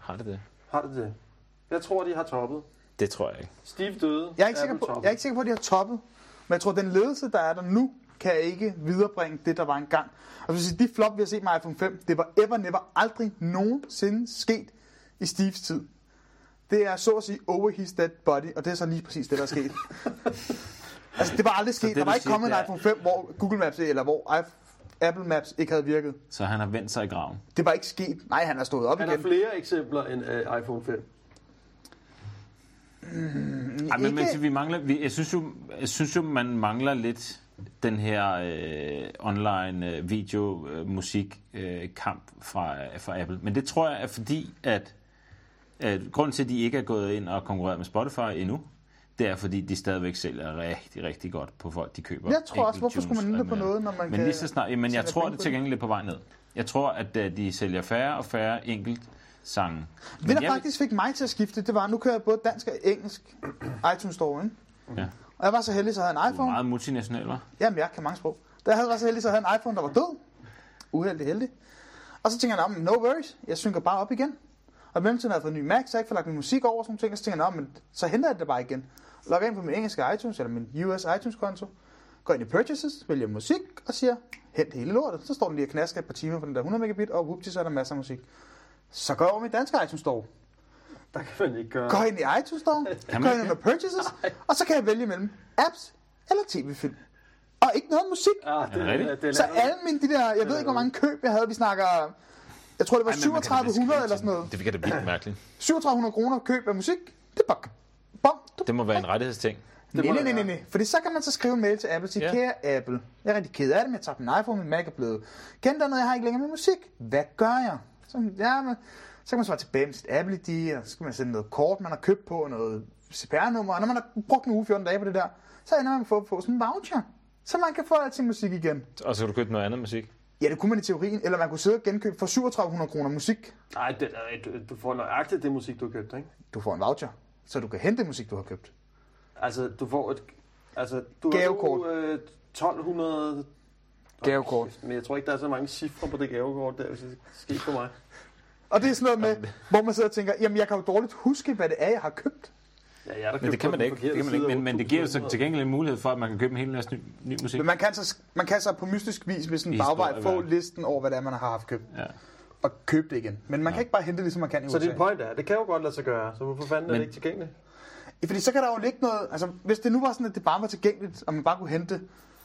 [SPEAKER 1] har det det?
[SPEAKER 2] Har det det? Jeg tror, de har toppet.
[SPEAKER 1] Det tror jeg ikke.
[SPEAKER 2] Steve døde.
[SPEAKER 3] Jeg er, ikke sikker
[SPEAKER 2] Apple
[SPEAKER 3] på,
[SPEAKER 2] toppede.
[SPEAKER 3] jeg er ikke sikker på, at de har toppet. Men jeg tror, at den ledelse, der er der nu, kan ikke viderebringe det, der var engang. Og så sige, de flop, vi har set med iPhone 5, det var ever, never, aldrig nogensinde sket i Steves tid. Det er så at sige over his dead body, og det er så lige præcis det, der er sket. altså, det var aldrig sket.
[SPEAKER 1] det,
[SPEAKER 3] Der var
[SPEAKER 1] du
[SPEAKER 3] ikke
[SPEAKER 1] siger,
[SPEAKER 3] kommet
[SPEAKER 1] det
[SPEAKER 3] en
[SPEAKER 1] er-
[SPEAKER 3] iPhone 5, hvor Google Maps eller hvor iP- Apple Maps ikke havde virket.
[SPEAKER 1] Så han har vendt sig i graven.
[SPEAKER 3] Det var ikke sket. Nej, han er stået op
[SPEAKER 2] Han har
[SPEAKER 3] igen.
[SPEAKER 2] flere eksempler end uh, iPhone 5.
[SPEAKER 1] Ej, men,
[SPEAKER 3] Ikke-
[SPEAKER 1] men vi mangler, vi, jeg, synes jo, jeg synes jo, man mangler lidt den her øh, online øh, video øh, musik øh, kamp fra, øh, fra Apple. Men det tror jeg er fordi, at, at grunden til, at de ikke er gået ind og konkurreret med Spotify endnu, det er fordi, de stadigvæk sælger rigtig, rigtig godt på folk, de køber.
[SPEAKER 3] Jeg tror også,
[SPEAKER 1] enkelt
[SPEAKER 3] hvorfor skulle man
[SPEAKER 1] tunes
[SPEAKER 3] lytte
[SPEAKER 1] og
[SPEAKER 3] på
[SPEAKER 1] mere.
[SPEAKER 3] noget, når man
[SPEAKER 1] Men
[SPEAKER 3] kan
[SPEAKER 1] lige så snart, jamen, jeg
[SPEAKER 3] tjene
[SPEAKER 1] tror,
[SPEAKER 3] penge
[SPEAKER 1] det
[SPEAKER 3] på
[SPEAKER 1] til
[SPEAKER 3] det?
[SPEAKER 1] gengæld er på vej ned. Jeg tror, at øh, de sælger færre og færre enkelt sange. Men
[SPEAKER 3] Det, der
[SPEAKER 1] jeg vil-
[SPEAKER 3] faktisk fik mig til at skifte, det var, at nu kører jeg både dansk og engelsk iTunes Store, ikke?
[SPEAKER 1] Ja.
[SPEAKER 3] Og jeg var så heldig, så jeg havde en
[SPEAKER 1] Du er
[SPEAKER 3] iPhone.
[SPEAKER 1] meget multinational, hva'?
[SPEAKER 3] Jamen, jeg kan mange sprog. Da jeg havde været så heldig, så jeg havde en iPhone, der var død. Uheldig heldig. Og så tænker jeg, "Nå, men no worries, jeg synker bare op igen. Og i mellemtiden har jeg fået en ny Mac, så jeg ikke får lagt min musik over, og sådan nogle ting. Og så tænker jeg, "Nå, men så henter jeg det bare igen. Logger ind på min engelske iTunes, eller min US iTunes-konto. Går ind i Purchases, vælger musik, og siger, hent hele lortet. Så står den lige og knasker et par timer på den der 100 megabit, og whoopty, så er der masser af musik. Så går jeg over i min danske iTunes Store.
[SPEAKER 2] Der kan man ikke gøre.
[SPEAKER 3] Går ind i iTunes Store,
[SPEAKER 1] Kan
[SPEAKER 3] går
[SPEAKER 1] man
[SPEAKER 3] ind
[SPEAKER 1] ikke?
[SPEAKER 3] under Purchases, og så kan jeg vælge mellem apps eller tv-film. Og ikke noget musik.
[SPEAKER 2] Ah, det,
[SPEAKER 1] Er det rigtigt?
[SPEAKER 2] det, det
[SPEAKER 3] Så alle mine de der, jeg ved ikke hvor mange køb jeg havde, vi snakker, jeg tror det var
[SPEAKER 1] Ej, men man kan da
[SPEAKER 3] 3700
[SPEAKER 1] skrive
[SPEAKER 3] eller
[SPEAKER 1] til
[SPEAKER 3] sådan
[SPEAKER 1] den.
[SPEAKER 3] noget.
[SPEAKER 1] Det virker da vildt mærkeligt.
[SPEAKER 3] 3700 kroner køb af musik, det er bare bom. Du.
[SPEAKER 1] Det må være en rettighedsting.
[SPEAKER 2] det må
[SPEAKER 3] Nej, nej,
[SPEAKER 2] det
[SPEAKER 3] nej, nej,
[SPEAKER 2] være.
[SPEAKER 3] nej. Fordi så kan man så skrive en mail til Apple til,
[SPEAKER 1] Ja.
[SPEAKER 3] yeah. kære Apple, jeg er rigtig ked af det, men jeg tabte min iPhone, min Mac er blevet gendannet, jeg har ikke længere med musik. Hvad gør jeg? Så, ja, men, så kan man svare tilbage med sit Apple ID, og så skal man sende noget kort, man har købt på, og noget CPR-nummer, og når man har brugt en uge 14 dage på det der, så ender man med at få, få sådan en voucher, så man kan få alt sin musik igen.
[SPEAKER 1] Og så kan du købe noget andet musik.
[SPEAKER 3] Ja, det kunne man i teorien. Eller man kunne sidde og genkøbe for 3700 kroner musik.
[SPEAKER 2] Nej, det, nej, du, du får nøjagtigt det musik, du har købt, ikke?
[SPEAKER 3] Du får en voucher, så du kan hente det musik, du har købt.
[SPEAKER 2] Altså, du får et... Altså, du
[SPEAKER 3] Gavekort.
[SPEAKER 2] har nu, øh, 1200...
[SPEAKER 3] Gavekort.
[SPEAKER 2] Men jeg tror ikke, der er så mange cifre på det gavekort der, hvis det sker for mig.
[SPEAKER 3] Og det er sådan noget med, hvor man sidder og tænker, jamen jeg kan jo dårligt huske, hvad det er, jeg har købt.
[SPEAKER 2] Ja, jeg er der
[SPEAKER 1] Men det kan man da ikke. Det kan man ikke. Men, men det giver jo så til
[SPEAKER 2] gengæld...
[SPEAKER 1] gengæld en mulighed for, at man kan købe en hel masse ny, ny musik.
[SPEAKER 3] Men man kan så, man kan så på mystisk vis med sådan en
[SPEAKER 1] I
[SPEAKER 3] bagvej få
[SPEAKER 1] historieværk.
[SPEAKER 3] listen over, hvad det er, man har haft købt.
[SPEAKER 1] Ja.
[SPEAKER 3] Og købe det igen. Men man kan ikke bare hente det, ligesom man kan i
[SPEAKER 2] Så
[SPEAKER 3] USA.
[SPEAKER 2] din point er, det kan jo godt lade sig gøre, så hvorfor fanden er
[SPEAKER 1] Men-
[SPEAKER 2] det ikke tilgængeligt?
[SPEAKER 3] Fordi så kan der jo ligge noget... Altså, hvis det nu var sådan, at det bare var tilgængeligt, og man bare kunne hente det,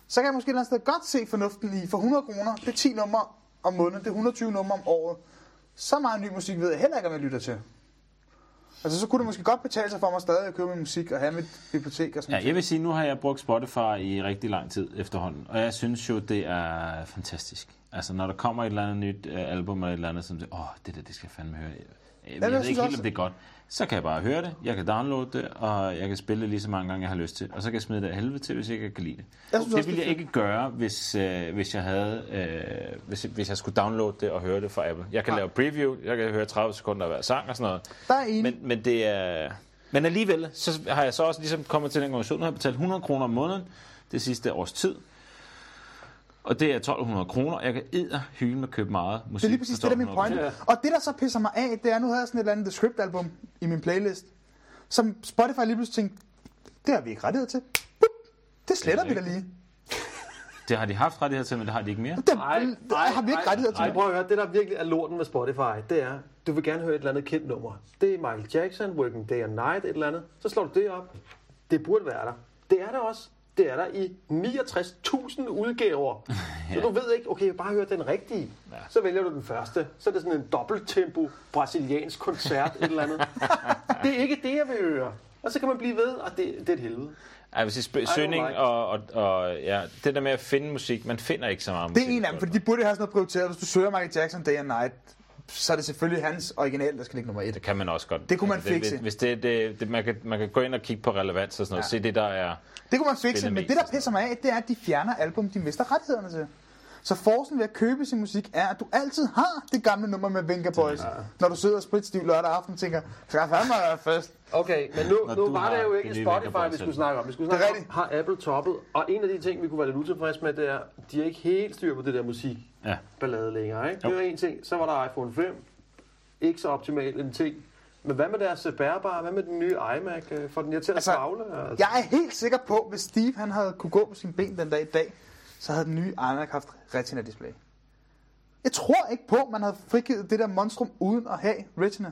[SPEAKER 3] så kan jeg måske et eller andet sted godt se fornuften i, for 100 kroner, det er 10 numre om måneden, det er 120 numre om året. Så meget ny musik ved jeg heller ikke, om jeg lytter til. Altså, så kunne det måske godt betale sig for mig stadig at købe min musik og have mit bibliotek og sådan
[SPEAKER 1] ja, jeg vil sige, nu har jeg brugt Spotify i rigtig lang tid efterhånden. Og jeg synes jo, det er fantastisk. Altså, når der kommer et eller andet nyt øh, album eller et eller andet, som åh, det der, det skal jeg fandme høre. Jeg, jeg ved
[SPEAKER 3] synes
[SPEAKER 1] ikke helt,
[SPEAKER 3] også-
[SPEAKER 1] om det er godt. Så kan jeg bare høre det, jeg kan downloade det, og jeg kan spille det lige så mange gange, jeg har lyst til. Og så kan jeg smide det af helvede til, hvis ikke jeg kan lide det.
[SPEAKER 3] Jeg synes
[SPEAKER 1] det
[SPEAKER 3] også,
[SPEAKER 1] ville
[SPEAKER 3] det er
[SPEAKER 1] jeg ikke gøre, hvis, øh, hvis, jeg havde, øh, hvis, hvis jeg skulle downloade det og høre det fra Apple. Jeg kan
[SPEAKER 3] Nej.
[SPEAKER 1] lave preview, jeg kan høre 30 sekunder af hver sang og sådan noget.
[SPEAKER 3] Der er en.
[SPEAKER 1] Men, men det er... Men alligevel, så har jeg så også ligesom kommet til den konklusion, nu har jeg betalt 100 kroner om måneden det sidste års tid. Og det er 1200 kroner. Jeg kan edder hylde med købe meget musik.
[SPEAKER 3] Det er lige præcis
[SPEAKER 1] for
[SPEAKER 3] det, der er min
[SPEAKER 1] 1200
[SPEAKER 3] pointe. Og det, der så pisser mig af, det er, nu havde jeg sådan et eller andet The Script-album i min playlist, som Spotify lige pludselig tænkte, det har vi ikke rettighed til. Bup, Det sletter vi da lige.
[SPEAKER 1] kroner. Det har de haft rettighed til, men det har de ikke mere.
[SPEAKER 3] Det, det har vi ikke rettighed til.
[SPEAKER 2] Ej, prøv at høre, det der virkelig er lorten med Spotify, det er, du vil gerne høre et eller andet kendt nummer. Det er Michael Jackson, Working Day and Night, et eller andet. Så slår du det op. Det burde være der. Det er der også. Det er der i 69.000 udgaver. Ja. Så du ved ikke, okay, jeg bare hør den rigtige. Ja. Så vælger du den første. Så er det sådan en dobbelttempo brasiliansk koncert, et eller andet. Det er ikke det, jeg vil høre. Og så kan man blive ved, og det, det er et helvede.
[SPEAKER 1] Ej, hvis det
[SPEAKER 2] don't
[SPEAKER 1] sp- søgning
[SPEAKER 2] like.
[SPEAKER 1] og, og, og ja, det der med at finde musik, man finder ikke så meget
[SPEAKER 3] Det
[SPEAKER 1] musik.
[SPEAKER 3] er en af dem, fordi de burde have sådan noget prioriteret. Hvis du søger Michael Jackson Day and Night, så er det selvfølgelig hans original, der skal ligge nummer et.
[SPEAKER 1] Det kan man også godt. Altså,
[SPEAKER 3] Det kunne man
[SPEAKER 1] det-
[SPEAKER 3] fikse.
[SPEAKER 1] Hvis det, det, det, man, kan, man kan gå ind og kigge på relevans og sådan noget, ja.
[SPEAKER 3] Ja.
[SPEAKER 1] se det der er...
[SPEAKER 3] Det kunne man fikse,
[SPEAKER 1] Spiller
[SPEAKER 3] men
[SPEAKER 1] mest
[SPEAKER 3] det,
[SPEAKER 1] og
[SPEAKER 3] der
[SPEAKER 1] sådan
[SPEAKER 3] pisser mig af, det er, at de fjerner album, de mister rettighederne til. Så forsen ved at købe sin musik er, at du altid har det gamle nummer med Venga Boys. Når du sidder spritstiv lørdag aften og tænker, skal jeg fandme være først?
[SPEAKER 2] Okay, men nu,
[SPEAKER 1] Når
[SPEAKER 2] nu
[SPEAKER 1] du
[SPEAKER 2] var
[SPEAKER 1] har
[SPEAKER 2] det jo
[SPEAKER 1] det
[SPEAKER 2] ikke
[SPEAKER 1] nye
[SPEAKER 2] Spotify,
[SPEAKER 1] Vinterbold
[SPEAKER 2] vi skulle
[SPEAKER 1] selv.
[SPEAKER 2] snakke om. Vi skulle
[SPEAKER 3] Det er
[SPEAKER 2] snakke om,
[SPEAKER 3] rigtigt.
[SPEAKER 2] har Apple toppet? Og en af de ting, vi kunne være lidt utilfredse med, det er, de er ikke helt styr på det der musikballade
[SPEAKER 1] Ja.
[SPEAKER 2] længere. Ikke?
[SPEAKER 1] Jo.
[SPEAKER 2] Det var en ting. Så var der iPhone 5. Ikke så optimal en ting. Men hvad med deres øh, bærbare? Hvad med den nye iMac? Øh, Får den jer til at altså,
[SPEAKER 3] Altså,
[SPEAKER 2] savle? Altså?
[SPEAKER 3] Jeg er helt sikker på, hvis Steve han havde kunne gå på sine ben den dag i dag, så havde den nye iMac haft retina display. Jeg tror ikke på, man havde frigivet det der monstrum uden at have retina.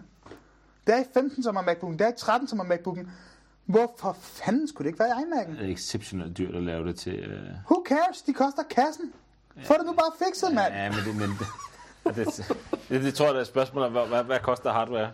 [SPEAKER 3] Det er i 15 som er MacBoook'en, det er i 13 som er MacBoook'en. Hvorfor fanden skulle det ikke være i iMac'en?
[SPEAKER 1] Det er exceptionelt dyrt at lave det til... Øh...
[SPEAKER 3] Who cares? De koster kassen. Få det nu bare fikset, mand.
[SPEAKER 1] Ja, men det, men det, det, det, det tror jeg, der er et spørgsmål om, hvad, hvad, hvad koster hardware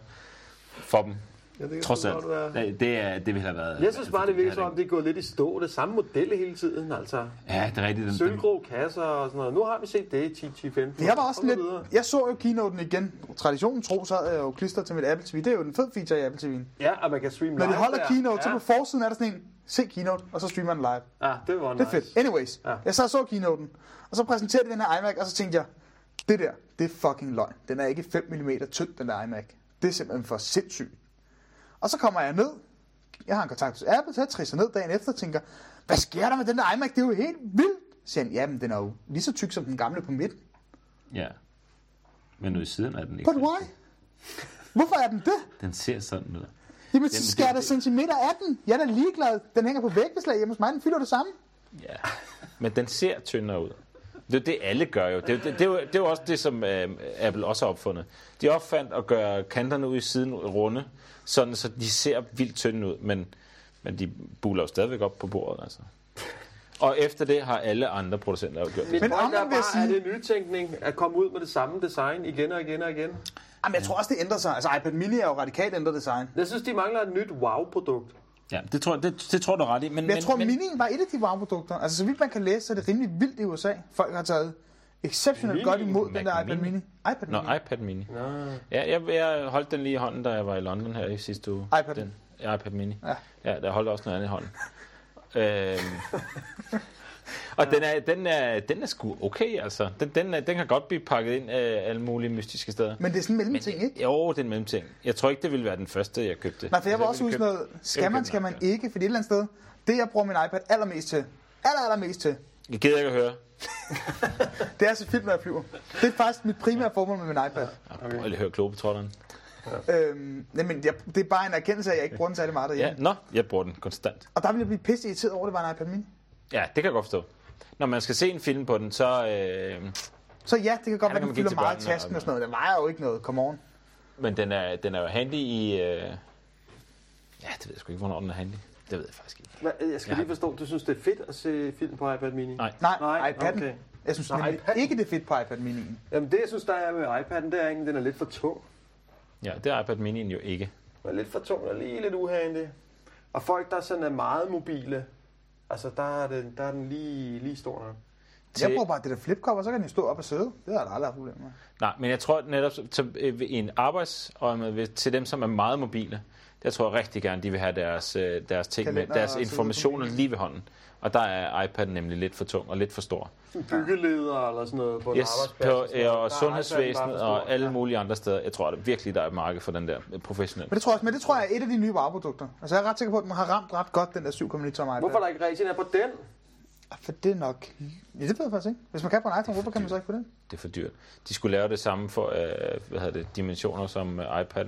[SPEAKER 1] for dem?
[SPEAKER 2] Ja, det kan
[SPEAKER 1] Trods
[SPEAKER 2] sådan
[SPEAKER 1] alt.
[SPEAKER 2] godt være.
[SPEAKER 1] Det, det, er, det ville have været...
[SPEAKER 2] Jeg synes bare,
[SPEAKER 1] altså,
[SPEAKER 2] det virker som
[SPEAKER 1] har
[SPEAKER 2] om, det er gået lidt i stå. Det er samme model hele tiden, altså.
[SPEAKER 1] ikke- Ja, det er rigtigt. Den, den,
[SPEAKER 2] Sølvgrå kasser og sådan noget. Nu har vi set det i 10, 10, 15.
[SPEAKER 3] Det her var også
[SPEAKER 2] Og så
[SPEAKER 3] lidt...
[SPEAKER 2] videre.
[SPEAKER 3] Jeg så jo keynoten igen. Traditionen tro, så havde jeg jo klister til mit Apple TV. Det er jo den fed feature i Apple TV'en.
[SPEAKER 2] Ja, og man kan streame
[SPEAKER 3] Når de
[SPEAKER 2] live
[SPEAKER 3] holder
[SPEAKER 2] der.
[SPEAKER 3] keynote, så
[SPEAKER 2] ja.
[SPEAKER 3] på forsiden er der sådan en, se keynote, og så streamer den live.
[SPEAKER 2] Ja, det var nice.
[SPEAKER 3] Det er fedt. Anyways,
[SPEAKER 2] Ja.
[SPEAKER 3] jeg så og så keynoten, og så præsenterede de den her iMac, og så tænkte jeg, det der, det er fucking løgn. Den er ikke 5 mm tynd, den der iMac. Det er simpelthen for sindssygt. Og så kommer jeg ned, jeg har en kontakt til Apple, så jeg trisser ned dagen efter og tænker, hvad sker der med den der iMac? Det er jo helt vildt. Så siger han, jamen den er jo lige så tyk som den gamle på midten.
[SPEAKER 1] ja. Men nu i siden er den ikke.
[SPEAKER 3] But why? Hvorfor er den det?
[SPEAKER 1] Den ser sådan ud.
[SPEAKER 3] Jamen, så
[SPEAKER 1] det-
[SPEAKER 3] skærer der centimeter af den. Jeg er da ligeglad. Den hænger på vægbeslag hjemme hos mig. Den fylder det samme.
[SPEAKER 1] Ja. Men den ser tyndere ud. Det er jo det, alle gør jo. Det er jo, det, det er jo, det er jo også det, som øh, Apple også har opfundet. De opfandt at gøre kanterne ud i siden runde, sådan så de ser vildt tynde ud, men, men de buler jo stadigvæk op på bordet. Altså. Og efter det har alle andre producenter jo gjort det.
[SPEAKER 2] Men,
[SPEAKER 3] Men
[SPEAKER 2] men
[SPEAKER 3] omvendt
[SPEAKER 2] er
[SPEAKER 3] vil jeg
[SPEAKER 2] bare, er
[SPEAKER 3] sige-
[SPEAKER 2] det nytænkning at komme ud med det samme design igen og igen og igen?
[SPEAKER 3] Jamen, jeg tror også, det ændrer sig. Altså, iPad mini er jo radikalt ændret design.
[SPEAKER 2] Jeg synes, de mangler et nyt wow-produkt.
[SPEAKER 1] Ja, det tror, det, det tror du er ret i. Men,
[SPEAKER 3] Men jeg tror,
[SPEAKER 1] men,
[SPEAKER 3] men... minien var et af de varmeprodukter. Altså, så vidt man kan læse, så er det rimelig vildt i USA. Folk har taget exceptionelt
[SPEAKER 2] Mini?
[SPEAKER 3] godt imod den der
[SPEAKER 1] Mac
[SPEAKER 3] iPad
[SPEAKER 1] Mini?
[SPEAKER 3] mini. iPad
[SPEAKER 1] Nå,
[SPEAKER 3] mini.
[SPEAKER 1] iPad mini. Ja, jeg, jeg holdt den lige i hånden, da jeg var i London her i sidste uge.
[SPEAKER 3] iPad.
[SPEAKER 1] Den, ja, iPad mini.
[SPEAKER 3] Ja.
[SPEAKER 1] ja der holdt også noget andet i hånden. øhm. Og den er, den, er, den er sgu okay, altså. Den, den, er, den kan godt blive pakket ind af alle mulige mystiske steder.
[SPEAKER 3] Men det er sådan en mellemting, ikke?
[SPEAKER 1] Jo, det er en mellemting. Jeg tror ikke, det ville være den første, jeg købte.
[SPEAKER 3] Nej, for jeg var også
[SPEAKER 1] Altså,
[SPEAKER 3] ude i
[SPEAKER 1] ville
[SPEAKER 3] sådan noget, skal
[SPEAKER 1] ville
[SPEAKER 3] man,
[SPEAKER 1] købe
[SPEAKER 3] skal
[SPEAKER 1] den,
[SPEAKER 3] man ikke? Fordi et eller andet sted, det jeg bruger min iPad allermest til, aller, allermest til,
[SPEAKER 1] købe- Jeg gider ikke at høre.
[SPEAKER 3] det er så fedt, når jeg flyver. Det er faktisk mit primære formål med min iPad.
[SPEAKER 1] Okay. Eller høre klobetrotteren.
[SPEAKER 3] Øhm, jamen, jeg, det er bare en erkendelse af, at jeg ikke bruger den særlig meget derhjemme.
[SPEAKER 1] Ja, nå, jeg bruger den konstant.
[SPEAKER 3] Og der ville jeg blive pisse irriteret over, at det var en iPad mini.
[SPEAKER 1] Ja, det kan jeg godt forstå. Når man skal se en film på den, så... Øh,
[SPEAKER 3] Så ja, det kan
[SPEAKER 1] Ja, der
[SPEAKER 3] godt være,
[SPEAKER 1] kan
[SPEAKER 3] at
[SPEAKER 1] man
[SPEAKER 3] den
[SPEAKER 1] give
[SPEAKER 3] fylder
[SPEAKER 1] til
[SPEAKER 3] meget i
[SPEAKER 1] børnene og-
[SPEAKER 3] tasken og sådan noget. Den vejer jo ikke noget. Come on.
[SPEAKER 1] Men den er, den er jo handy i... Øh... Ja, det ved jeg sgu ikke, hvornår den er handy. Det ved jeg faktisk ikke.
[SPEAKER 2] Hva- Jeg skal
[SPEAKER 1] Ja.
[SPEAKER 2] lige forstå, du synes, det er fedt at se film på iPad mini?
[SPEAKER 1] Nej.
[SPEAKER 3] Nej,
[SPEAKER 2] Nej,
[SPEAKER 3] Nej iPad'en.
[SPEAKER 2] okay.
[SPEAKER 3] Okay. Jeg synes
[SPEAKER 2] Nå,
[SPEAKER 3] nemlig
[SPEAKER 2] iPad'en.
[SPEAKER 3] ikke, det er fedt på iPad mini'en.
[SPEAKER 2] Jamen, det, jeg synes, der er med iPad'en, det er egentlig, den er lidt for tung.
[SPEAKER 1] Ja, det er iPad mini'en jo ikke.
[SPEAKER 2] Den er lidt for tung og lige lidt uhandig. Og folk, der sådan er meget mobile, altså, der er den, der er den lige, lige stor nok.
[SPEAKER 3] Jeg
[SPEAKER 1] Til-
[SPEAKER 3] bruger bare det der flipkop, og så kan den jo stå op og sidde. Det har jeg da aldrig haft problemer med.
[SPEAKER 1] Nej, men jeg tror netop til, øh, i en arbejdsøjmed, til dem, som er meget mobile, der tror jeg rigtig gerne, de vil have deres, øh, deres ting med,
[SPEAKER 3] Kalender og
[SPEAKER 1] deres
[SPEAKER 3] så videre på
[SPEAKER 1] informationer lige ved hånden. Og der er iPad nemlig lidt for tung og lidt for stor.
[SPEAKER 2] Sådan byggeleder eller sådan noget på en
[SPEAKER 1] Yes,
[SPEAKER 2] arbejdsplads.
[SPEAKER 1] på,
[SPEAKER 2] sådan
[SPEAKER 1] øh,
[SPEAKER 2] noget.
[SPEAKER 1] og
[SPEAKER 2] Der er iPad'en
[SPEAKER 1] sundhedsvæsenet
[SPEAKER 2] bare for stor.
[SPEAKER 1] og alle
[SPEAKER 2] Ja.
[SPEAKER 1] mulige andre steder. Jeg tror, at virkelig, der er et marked for den der øh, professionelle.
[SPEAKER 3] Men det tror jeg også, men det tror jeg er et af de nye vareprodukter. Altså jeg er ret sikker på, at den har ramt ret godt, den der 7,9 tommer iPad.
[SPEAKER 2] Hvorfor er der ikke retina på den?
[SPEAKER 3] Ah, For det er nok... Ja, det ved jeg faktisk ikke. Hvis man kan på en iPhone, hvorfor kan man så ikke på den?
[SPEAKER 1] Det er for dyrt. De skulle lave det samme for øh, hvad hedder det, dimensioner som øh, iPad.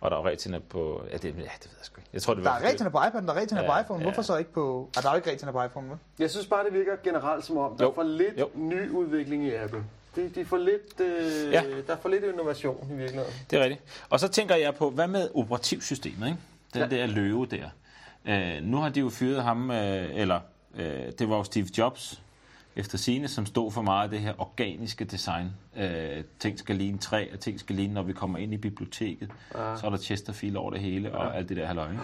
[SPEAKER 1] Og der er jo retina på... Ja, det, ja, det ved jeg sgu ikke. Jeg tror, det
[SPEAKER 3] Der
[SPEAKER 1] var
[SPEAKER 3] er retina på iPad, der er retina på
[SPEAKER 1] Ja,
[SPEAKER 3] iPhone.
[SPEAKER 1] ja.
[SPEAKER 3] Hvorfor så ikke på... Ah, der er jo ikke retina på iPhone, vel?
[SPEAKER 2] Jeg synes bare, det virker generelt som om, der
[SPEAKER 1] Jo.
[SPEAKER 2] er for lidt
[SPEAKER 1] Jo.
[SPEAKER 2] ny udvikling i Apple. De, de får lidt, øh,
[SPEAKER 1] Ja.
[SPEAKER 2] ja. Der er for lidt innovation i virkeligheden.
[SPEAKER 1] Det er rigtigt. Og så tænker jeg på, hvad med operativsystemet, ikke? Den ja. der løve der. Øh, nu har de jo fyret ham, øh, eller øh, det var jo Steve Jobs, efter sine, som stod for meget af det her organiske design. Øh, ting skal ligne træ, og ting skal ligne, når vi kommer ind i biblioteket. Ja. Så er der Chesterfield over det hele, og alt det der halløj. ikke?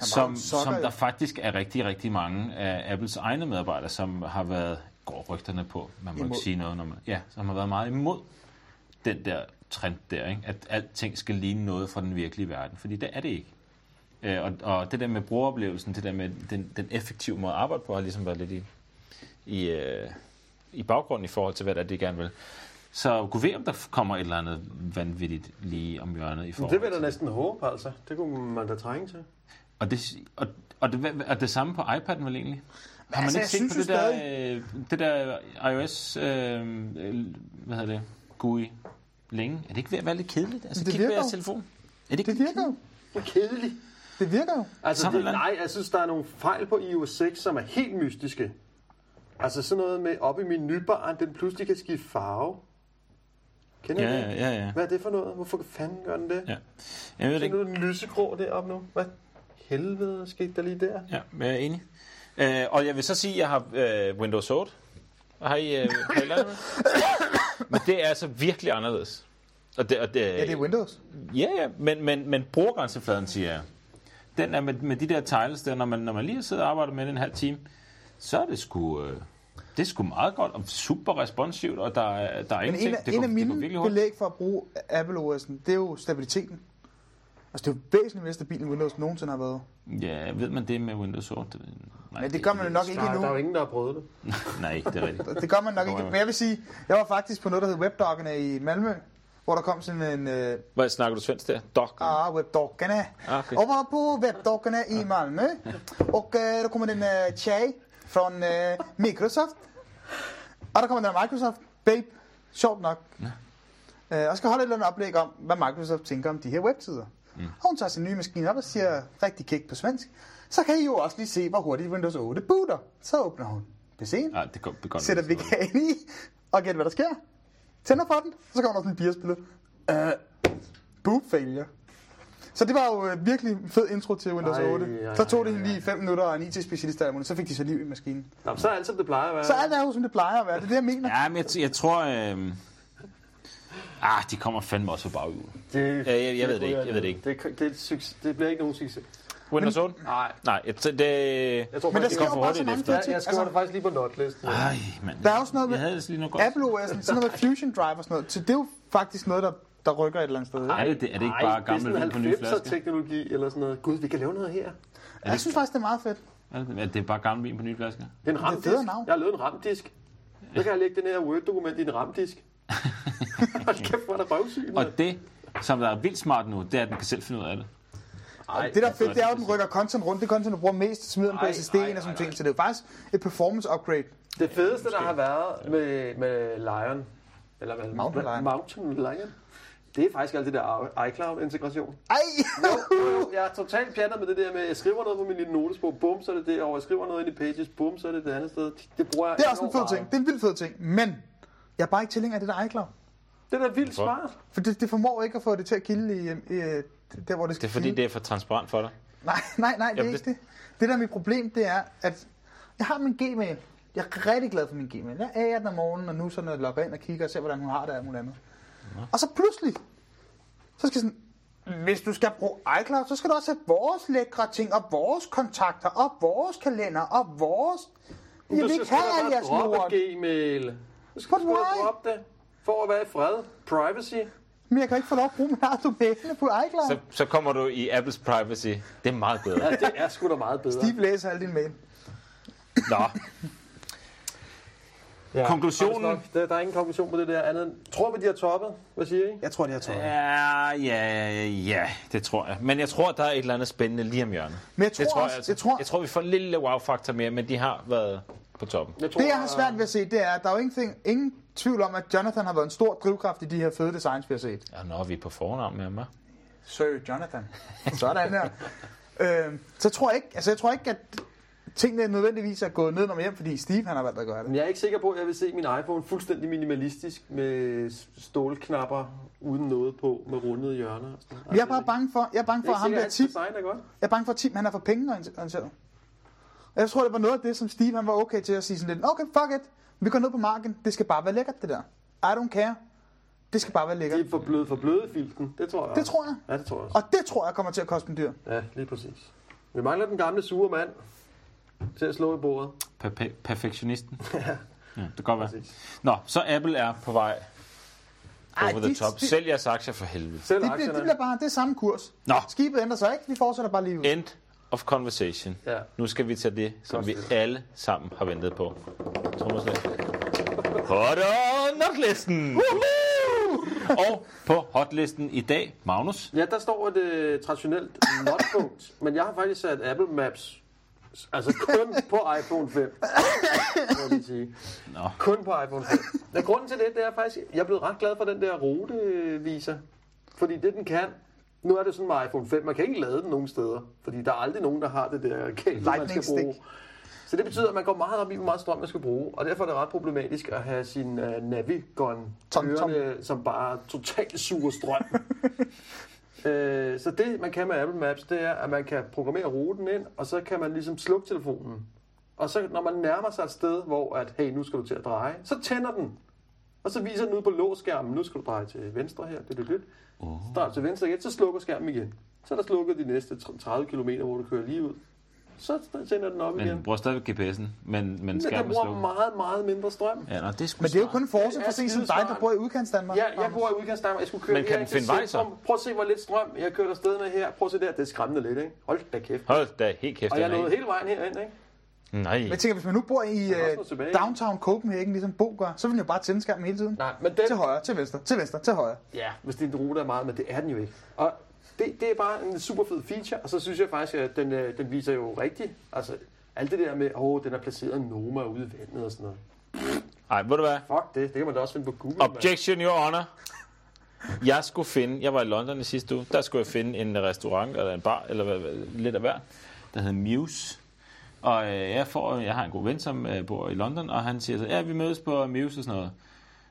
[SPEAKER 1] Som,
[SPEAKER 3] sokker
[SPEAKER 1] som
[SPEAKER 3] jo.
[SPEAKER 1] der faktisk er rigtig, rigtig mange af Apples egne medarbejdere, som har været, går rygterne på, man må imod.
[SPEAKER 3] Imod.
[SPEAKER 1] ikke sige noget, når man, ja, som har været meget imod den der trend der, ikke? at alting skal ligne noget fra den virkelige verden, fordi det er det ikke. Øh, og, og det der med brugeroplevelsen, det der med den, den effektive måde at arbejde på, har ligesom været lidt i, i, øh, i baggrunden i forhold til, hvad det er, de gerne vil. Så kunne ved, om der kommer et eller andet vanvittigt lige om hjørnet i forhold
[SPEAKER 2] Det vil jeg
[SPEAKER 1] til
[SPEAKER 2] da næsten håbe, altså. Det kunne man da trænge til.
[SPEAKER 1] og det, og, og, det, og det samme på iPad'en vel egentlig? Har man
[SPEAKER 3] altså,
[SPEAKER 1] ikke
[SPEAKER 3] jeg
[SPEAKER 1] set på det
[SPEAKER 3] synes
[SPEAKER 1] der,
[SPEAKER 3] jo
[SPEAKER 1] øh, det der iOS, øh, øh, hvad hedder det, GUI længe? Er det ikke ved at være lidt kedeligt? Altså,
[SPEAKER 3] Men det
[SPEAKER 1] kig på
[SPEAKER 3] virker
[SPEAKER 1] jeres
[SPEAKER 3] jo.
[SPEAKER 1] telefon. Er det ikke
[SPEAKER 3] Det virker jo.
[SPEAKER 2] Kedelig.
[SPEAKER 3] Det virker jo.
[SPEAKER 2] Altså,
[SPEAKER 1] Samme
[SPEAKER 2] det,
[SPEAKER 1] land.
[SPEAKER 2] nej, jeg synes, der er nogle fejl på iOS 6, som er helt mystiske. Altså sådan noget med op i menubaren, den pludselig kan skifte farve. Kender
[SPEAKER 1] Ja,
[SPEAKER 2] I det?
[SPEAKER 1] ja, ja. ja.
[SPEAKER 2] Hvad er det for noget? Hvorfor fanden gør den det?
[SPEAKER 1] ja. Jeg ved det
[SPEAKER 2] Det
[SPEAKER 1] ikke.
[SPEAKER 2] nu er den lysegrå deroppe nu. Hvad helvede skete der lige der?
[SPEAKER 1] Ja, men jeg er enig. Øh, og jeg vil så sige, at jeg har øh, Windows 8. Og har I, øh, har I lært det? Men det er altså virkelig anderledes. Og det, og det,
[SPEAKER 3] Ja, det er Windows.
[SPEAKER 1] Ja, ja, men, men, men brugergrænsefladen, siger jeg. Den er med, med de der tiles der, når man, når man lige sidder og arbejder med den en halv time, så er det sgu, øh, det er sgu meget godt og super responsivt, og der, er- der er
[SPEAKER 3] Men en
[SPEAKER 1] ingenting.
[SPEAKER 3] af, en af
[SPEAKER 1] det går
[SPEAKER 3] mine
[SPEAKER 1] virkelig hurtigt.
[SPEAKER 3] belæg for at bruge Apple OS'en, det er jo stabiliteten. Altså, det er jo væsentligt mere stabilt, end Windows nogensinde har været.
[SPEAKER 1] Ja, ved man det med Windows 8? Det- Nej,
[SPEAKER 3] Men det gør man jo nok ikke
[SPEAKER 2] Nej,
[SPEAKER 3] endnu.
[SPEAKER 2] der er jo ingen, der har prøvet det.
[SPEAKER 1] Nej, det er rigtigt.
[SPEAKER 3] Det gør man nok
[SPEAKER 1] Nå,
[SPEAKER 3] ikke.
[SPEAKER 1] ja.
[SPEAKER 3] Men jeg vil sige, jeg var faktisk på noget, der hed Webdoggerne i Malmø, hvor der kom sådan en... Øh,
[SPEAKER 1] Hvad snakker du svensk der? Dog.
[SPEAKER 3] ah, Webdoggerne.
[SPEAKER 1] Ah, okay.
[SPEAKER 3] Og var på Webdoggerne i Malmø. Og øh, der kommer en øh, tjej fra øh, Microsoft. Og der kommer den af Microsoft. Babe. Sjovt nok. Øh, og skal holde et eller andet oplæg om, hvad Microsoft tænker om de her websider. Mm. Og hun tager sin nye maskine op og siger rigtig kæk på svensk. Så kan I jo også lige se, hvor hurtigt Windows 8 booter. Så åbner hun PC'en
[SPEAKER 1] Nej, Ah, det går, det går
[SPEAKER 3] sætter
[SPEAKER 1] ikke.
[SPEAKER 3] vegan i, og gæt hvad der sker. Tænder for den, og så kommer der sådan en bierspille. Uh, boob failure. Så det var jo øh, virkelig en fed intro til Windows
[SPEAKER 2] Ej,
[SPEAKER 3] 8.
[SPEAKER 2] ej,
[SPEAKER 3] så tog det
[SPEAKER 2] ej, Øh.
[SPEAKER 3] hende lige 5 minutter og en IT-specialist af muligt, så fik de så liv i maskinen.
[SPEAKER 2] Nå, men så er alt, som det plejer at være.
[SPEAKER 3] Så alt er jo, som det plejer at være. Det er det, jeg mener.
[SPEAKER 1] Ja, men jeg, t- jeg tror... Øh... Ah, de kommer fandme også på baghjulet.
[SPEAKER 2] det,
[SPEAKER 1] Ja, jeg- jeg ved det ikke, jeg ved det ikke.
[SPEAKER 2] Det, det, er et succes, det bliver ikke nogen succes.
[SPEAKER 1] Windows 8?
[SPEAKER 2] Nej.
[SPEAKER 1] Nej, jeg t- det...
[SPEAKER 2] Jeg tror,
[SPEAKER 3] Men der
[SPEAKER 2] faktisk,
[SPEAKER 3] sker
[SPEAKER 1] for
[SPEAKER 2] det
[SPEAKER 3] jo bare så
[SPEAKER 1] hurtigt
[SPEAKER 3] mange
[SPEAKER 1] efter.
[SPEAKER 3] fede
[SPEAKER 2] kommer- Ja,
[SPEAKER 3] ting.
[SPEAKER 2] jeg skriver det
[SPEAKER 3] Altså,
[SPEAKER 2] faktisk lige på notlisten.
[SPEAKER 1] Ej, mand.
[SPEAKER 3] Der er også noget med
[SPEAKER 1] Jeg havde det lige nu godt.
[SPEAKER 3] Apple OS, sådan noget med Fusion Drive og sådan noget. Så det er jo faktisk noget, der, der rykker et eller andet sted.
[SPEAKER 1] Er det, det, er det ikke
[SPEAKER 2] Ej,
[SPEAKER 1] bare gammel vin på ny
[SPEAKER 2] Det er sådan
[SPEAKER 1] flaske?
[SPEAKER 2] 90'er teknologi eller sådan noget. Gud, vi kan lave noget her. Det
[SPEAKER 3] Jeg synes faktisk, det er meget fedt.
[SPEAKER 1] Er det, er det bare gammel vin på nye flasker?
[SPEAKER 2] er en ramdisk.
[SPEAKER 3] federe navn.
[SPEAKER 2] Jeg har lavet en ramdisk. Så kan jeg lægge den her Word-dokument i en ramdisk. Hold kæft, hvor er der røvsyn.
[SPEAKER 1] Og det, som der er vildt smart nu, det er, at den kan selv finde ud af det.
[SPEAKER 2] Ej,
[SPEAKER 3] Det, der er fedt, det er jo, at den rykker content rundt. Det er content, du bruger mest, smider den på
[SPEAKER 2] Ej,
[SPEAKER 3] SSD'en og
[SPEAKER 2] ej,
[SPEAKER 3] sådan nogle
[SPEAKER 2] ej,
[SPEAKER 3] ting. Så det er jo faktisk et performance upgrade.
[SPEAKER 2] Det fedeste, der har været med, med Lion, eller hvad?
[SPEAKER 3] Mountain Lion.
[SPEAKER 2] Mountain Lion. Det er faktisk alt det der iCloud-integration.
[SPEAKER 3] Ej!
[SPEAKER 2] Jeg er totalt pjattet med det der med, at jeg skriver noget på min lille notesbog, bum, så er det derovre. Jeg skriver noget ind i Pages, bum, så er det det andet sted. Det bruger jeg
[SPEAKER 3] Det er også en fed
[SPEAKER 2] enormt
[SPEAKER 3] ting. Det er en vild fed ting. Men jeg er bare ikke tilhænger af det der iCloud.
[SPEAKER 2] meget. Det er da vildt
[SPEAKER 1] Hvorfor?
[SPEAKER 2] smart.
[SPEAKER 3] For det, det formår ikke at få det til at kilde i, øh, i øh, der, hvor det
[SPEAKER 1] Det
[SPEAKER 3] skal
[SPEAKER 1] er fordi,
[SPEAKER 3] kilde.
[SPEAKER 1] det er for transparent for dig.
[SPEAKER 3] Nej, nej, nej, det er
[SPEAKER 1] Jamen,
[SPEAKER 3] ikke det. Det, der er mit problem, det er, at jeg har min Gmail. Jeg er rigtig glad for min Gmail. Jeg er den om morgenen, og nu så, når jeg logger ind og kigger og ser, hvordan hun har det og alt muligt andet. Og så pludselig, så skal jeg sådan, hvis du skal bruge iCloud, så skal du også have vores lækre ting, og vores kontakter, og vores kalender, og vores... Jeg
[SPEAKER 2] Du
[SPEAKER 3] vil
[SPEAKER 2] skal
[SPEAKER 3] ikke
[SPEAKER 2] sgu da
[SPEAKER 3] have al
[SPEAKER 2] bare
[SPEAKER 3] jeres
[SPEAKER 2] droppe
[SPEAKER 3] lort.
[SPEAKER 2] Gmail. Du skal sgu da
[SPEAKER 3] Why?
[SPEAKER 2] droppe det. For at være i fred. Privacy.
[SPEAKER 3] Men jeg kan ikke få lov at bruge min eget domæne på iCloud.
[SPEAKER 1] Så, så kommer du i Apples privacy. Det er meget bedre.
[SPEAKER 2] Ja, det er sgu da meget bedre.
[SPEAKER 3] Steve læser alle dine mail.
[SPEAKER 1] Nå,
[SPEAKER 2] Ja.
[SPEAKER 1] Konklusionen?
[SPEAKER 2] Anders Lund, Der, der er ingen konklusion på det der andet. end- Tror vi, de har toppet? Hvad siger I?
[SPEAKER 3] Jeg tror, det er tøjet.
[SPEAKER 1] ja, ja, ja, det tror jeg. Men jeg tror, der er et eller andet spændende lige om hjørnet.
[SPEAKER 3] Men jeg tror
[SPEAKER 1] det tror
[SPEAKER 3] også-
[SPEAKER 1] jeg, altså.
[SPEAKER 3] jeg tror-
[SPEAKER 1] jeg tror, vi får en lille wow-faktor mere, men de har været på toppen.
[SPEAKER 2] Jeg tror,
[SPEAKER 3] Det, jeg har svært ved at se, det er, at der er jo ingen, ingen tvivl om, at Jonathan har været en stor drivkraft i de her fede designs, vi har set.
[SPEAKER 1] Ja, nå, vi er på fornavn med ham, hva'?
[SPEAKER 3] Sir Jonathan. Sådan her. øhm, så tror jeg ikke, altså jeg tror ikke, at tingene nødvendigvis er gået ned om hjem, fordi Steve han har valgt at gøre det.
[SPEAKER 2] Men jeg er ikke sikker på, at jeg vil se min iPhone fuldstændig minimalistisk med s- stålknapper uden noget på, med rundede hjørner. og sådan noget.
[SPEAKER 3] Men jeg er bare bange for, jeg er bange for, at ham
[SPEAKER 2] Jeg er
[SPEAKER 3] der
[SPEAKER 2] ikke sikker,
[SPEAKER 3] Tim,
[SPEAKER 2] at hans design er godt.
[SPEAKER 3] jeg er bange for, at Tim han er for pengeorienteret. Og jeg tror, det var noget af det, som Steve han var okay til at sige sådan lidt, okay, fuck it, vi går ned på marken, det skal bare være lækkert, det der. I don't care. Det skal bare være lækkert.
[SPEAKER 2] De er for bløde, for bløde filten. Det tror jeg.
[SPEAKER 3] Det tror jeg.
[SPEAKER 2] Ja, det tror jeg også.
[SPEAKER 3] Og det tror jeg kommer til at koste en dyr.
[SPEAKER 2] Ja, lige præcis. Vi mangler den gamle sure mand til at slå i bordet.
[SPEAKER 1] Perfe- perfektionisten. ja, det kan godt være. Nå, så Apple er på vej over the
[SPEAKER 3] de,
[SPEAKER 1] top.
[SPEAKER 3] de,
[SPEAKER 1] Sælg jeres aktier for helvede.
[SPEAKER 2] Selv
[SPEAKER 3] de, de,
[SPEAKER 2] aktierne.
[SPEAKER 3] de bliver bare, det er samme kurs.
[SPEAKER 1] Nå.
[SPEAKER 3] Skibet ændrer sig ikke, vi fortsætter bare lige ud.
[SPEAKER 1] End of conversation.
[SPEAKER 2] Ja.
[SPEAKER 1] Nu skal vi tage det, som vi alle sammen har ventet på. Trommeslag. Hot on hotlisten! Og på hotlisten i dag, Magnus.
[SPEAKER 2] Ja, der står et øh, traditionelt notpunkt, men jeg har faktisk sat Apple Maps, altså kun på iPhone 5, må jeg lige sige.
[SPEAKER 1] Nå.
[SPEAKER 2] Kun på iPhone 5. Men grunden til det, det er faktisk, jeg er blevet ret glad for den der ruteviser, fordi det den kan, nu er det sådan med iPhone 5, man kan ikke lade den nogen steder, fordi der er aldrig nogen, der har det der kæld, man skal
[SPEAKER 3] Lightning stick.
[SPEAKER 2] bruge. Så det betyder, at man går meget op i, hvor meget strøm man skal bruge, og derfor er det ret problematisk at have sin uh, Navigon
[SPEAKER 3] Tom, tom.
[SPEAKER 2] kørende, som bare totalt suger strøm. øh, så det, man kan med Apple Maps, det er, at man kan programmere ruten ind, og så kan man ligesom slukke telefonen. Og så når man nærmer sig et sted, hvor at, hey, nu skal du til at dreje, så tænder den. Og så viser den ude på låsskærmen, nu skal du dreje til venstre her, det er det. Oh. Så drejer du til venstre igen, så slukker skærmen igen. Så er der slukket de næste 30 km, hvor du kører lige ud. Så tænder den op
[SPEAKER 1] Men
[SPEAKER 2] igen.
[SPEAKER 1] den bruger stadigvæk GPS'en, men, men
[SPEAKER 2] Men den
[SPEAKER 1] skærmen
[SPEAKER 2] bruger
[SPEAKER 1] slukket.
[SPEAKER 2] meget, meget mindre strøm.
[SPEAKER 1] Ja, nå, det er sgu
[SPEAKER 3] Men det er jo
[SPEAKER 1] smart.
[SPEAKER 3] kun forsøg
[SPEAKER 2] Det
[SPEAKER 3] for
[SPEAKER 2] er
[SPEAKER 3] at se som dig,
[SPEAKER 2] skidesmart.
[SPEAKER 3] der bor i udkantsdanmark.
[SPEAKER 2] Ja, jeg bor i udkantsdanmark, jeg skulle køre
[SPEAKER 1] Men kan
[SPEAKER 2] her
[SPEAKER 1] den
[SPEAKER 2] til
[SPEAKER 1] finde vej, så?
[SPEAKER 2] centrum. Prøv at se, hvor lidt strøm jeg kørte afsted med her. Prøv at se der, det er skræmmende lidt, ikke? Hold da kæft.
[SPEAKER 1] Hold da helt kæft.
[SPEAKER 2] Og jeg
[SPEAKER 1] den er
[SPEAKER 2] nåede
[SPEAKER 1] ikke-
[SPEAKER 2] hele vejen herind, ikke?
[SPEAKER 1] Nej.
[SPEAKER 3] Men jeg tænker, hvis man nu bor i
[SPEAKER 2] er også
[SPEAKER 3] uh,
[SPEAKER 2] noget tilbage.
[SPEAKER 3] downtown Copenhagen, ligesom Bo gør, så vil den jo bare tænde skærmen hele tiden.
[SPEAKER 2] Nej, men den,
[SPEAKER 3] Til højre, til venstre, til venstre, til højre.
[SPEAKER 2] ja, hvis din rute er meget, men det er den jo ikke. Og det, det er bare en super fed feature, og så synes jeg faktisk, at den, øh, den viser jo rigtigt. Altså, alt det der med, åh, oh, den er placeret Noma ude i vandet og sådan noget.
[SPEAKER 1] Ej, ved du hvad?
[SPEAKER 2] Fuck det, det kan man da også finde på Google. mand.
[SPEAKER 1] Objection, your honor. Jeg skulle finde, jeg var i London i sidste uge, der skulle jeg finde en restaurant eller en bar, eller hvad- hvad- lidt af hver, der hedder Muse. Og øh, jeg, får, jeg har en god ven, som øh, bor i London, og han siger så, ja, vi mødes på Muse og sådan noget.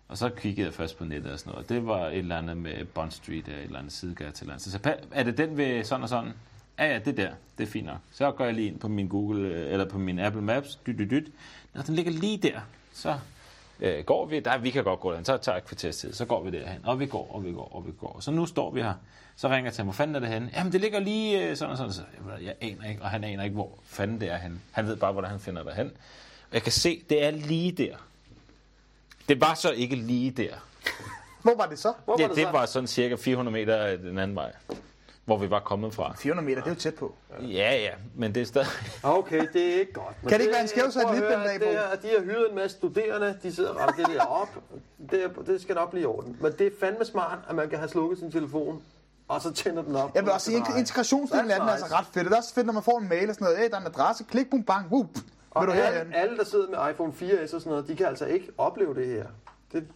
[SPEAKER 1] Og så kiggede jeg først på nettet og sådan noget. Det var et eller andet med Bond Street og et eller andet sidegade til eller andet. Så sagde jeg, "Pa- er det den ved sådan og sådan? Ja, ja, det der. Det er fint nok. Så går jeg lige ind på min Google, øh, eller på min Apple Maps. Dyt, dyt, dyt. Nå, den ligger lige der. Så øh, går vi. Der, vi kan godt gå derhen. Så tager jeg et kvarters tid. Så går vi derhen. Og vi går, og vi går, og vi går. Så nu står vi her. Så ringer jeg til ham. Hvor fanden er det henne? Jamen, det ligger lige øh, sådan og sådan. Så, jeg, ved, jeg aner ikke, og han aner ikke, hvor fanden det er henne. Han ved bare, hvordan han finder derhen. Og jeg kan se, det er lige der. Det var så ikke lige der.
[SPEAKER 3] Hvor var det så?
[SPEAKER 2] Hvor var
[SPEAKER 1] Ja,
[SPEAKER 2] det,
[SPEAKER 1] det
[SPEAKER 2] så?
[SPEAKER 1] var sådan cirka 400 meter øh, den anden vej, hvor vi var kommet fra.
[SPEAKER 3] 400 meter, det er jo tæt på.
[SPEAKER 1] Ja, ja, men det er stadig...
[SPEAKER 2] Okay, det er ikke godt. Men
[SPEAKER 3] Kan det ikke være en skæv
[SPEAKER 2] prøv at
[SPEAKER 3] satellit
[SPEAKER 2] høre,
[SPEAKER 3] den dag,
[SPEAKER 2] det
[SPEAKER 3] Bo?
[SPEAKER 2] her, at De har hyret en masse studerende, de sidder og rammer det der op. Det, er- det skal nok blive i orden. Men det er fandme smart, at man kan have slukket sin telefon, og så tænder den op.
[SPEAKER 3] Jeg vil også sige, at integrationsdelen af den er altså ret fedt. Det er også fedt, når man får en mail og sådan noget. Hey, der er en adresse, klik, bum, bang, whoop. Vil
[SPEAKER 2] Og
[SPEAKER 3] du herhen?
[SPEAKER 2] alle, alle, der sidder med iPhone 4S og sådan noget, de kan altså ikke opleve det her. Det,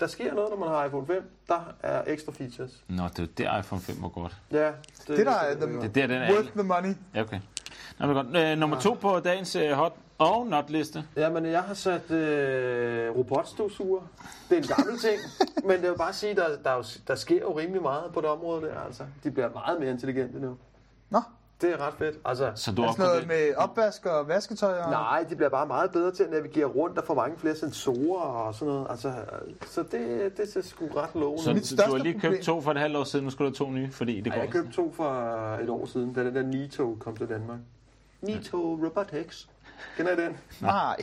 [SPEAKER 2] der sker noget, når man har iPhone 5. Der er ekstra features.
[SPEAKER 1] Nå, det er jo der iPhone 5 var godt.
[SPEAKER 2] Ja,
[SPEAKER 3] Det der er
[SPEAKER 1] Det er
[SPEAKER 3] den
[SPEAKER 1] der, den er...
[SPEAKER 3] worth the money.
[SPEAKER 1] Ja, okay. Nå, men godt. Øh, nummer to på dagens øh, hot og not liste.
[SPEAKER 2] Ja, men jeg har sat øh, robotstøvsuger. Det er en gammel ting, men jeg vil bare sige, der, der, er jo, der sker jo rimelig meget på det område der, altså. De bliver meget mere intelligente nu.
[SPEAKER 3] Nå,
[SPEAKER 2] Det er ret fedt. Altså,
[SPEAKER 1] Så du er
[SPEAKER 3] sådan
[SPEAKER 1] oppe
[SPEAKER 3] noget
[SPEAKER 1] på det.
[SPEAKER 3] med opvask og vasketøj. Og...
[SPEAKER 2] nej, de bliver bare meget bedre til at navigere rundt og får mange flere sensorer og sådan noget. Altså, så det, det ser sgu ret lovende.
[SPEAKER 1] Så
[SPEAKER 2] ud.
[SPEAKER 3] Mit
[SPEAKER 1] du- du har
[SPEAKER 3] største
[SPEAKER 1] lige købt
[SPEAKER 3] problem-
[SPEAKER 1] to for et halvt år siden, nu skal du have to nye, fordi det
[SPEAKER 2] Ej,
[SPEAKER 1] går...
[SPEAKER 2] jeg købte to for et år siden, da den der Nito kom til Danmark. Nito Robotics. Kender I den?
[SPEAKER 3] Nej.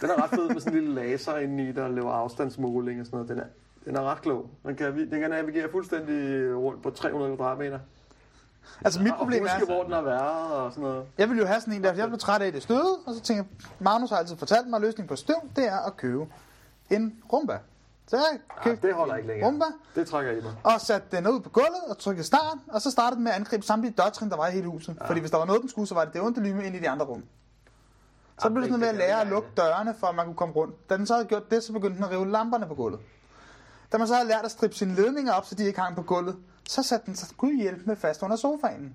[SPEAKER 2] Den er ret fed med sådan en lille laser indeni, der laver afstandsmåling og sådan noget. Den er, den er ret klog. Den kan, vi- den kan navigere fuldstændig rundt på 300 kvadratmeter.
[SPEAKER 3] Altså mit problem
[SPEAKER 2] og
[SPEAKER 3] er,
[SPEAKER 2] huske, hvor den har været og sådan noget.
[SPEAKER 3] jeg ville jo have sådan en der, for jeg blev træt af det støde, og så tænkte jeg, Magnus har altid fortalt mig, at løsningen på støv, det er at købe en rumba. Så jeg
[SPEAKER 2] Ej,
[SPEAKER 3] købte
[SPEAKER 2] Ah, det holder ikke længere.
[SPEAKER 3] rumba,
[SPEAKER 2] Det trækker jeg i mig.
[SPEAKER 3] og satte den ud på gulvet og trykkede start, og så startede den med at angribe samtlige dørtrin, der var i hele huset. Ja. Fordi hvis der var noget, den skulle, så var det det onde lyme ind i de andre rum. Så
[SPEAKER 2] Ja,
[SPEAKER 3] blev det
[SPEAKER 2] det- det
[SPEAKER 3] sådan noget med at lære
[SPEAKER 2] kan
[SPEAKER 3] at
[SPEAKER 2] jeg
[SPEAKER 3] lukke dørene, for at man kunne komme rundt. Da den så havde gjort det, så begyndte den at rive lamperne på gulvet. Da man så havde lært at strippe sine ledninger op, så de ikke hang på gulvet, så satte den sig gud hjælp med fast under sofaen.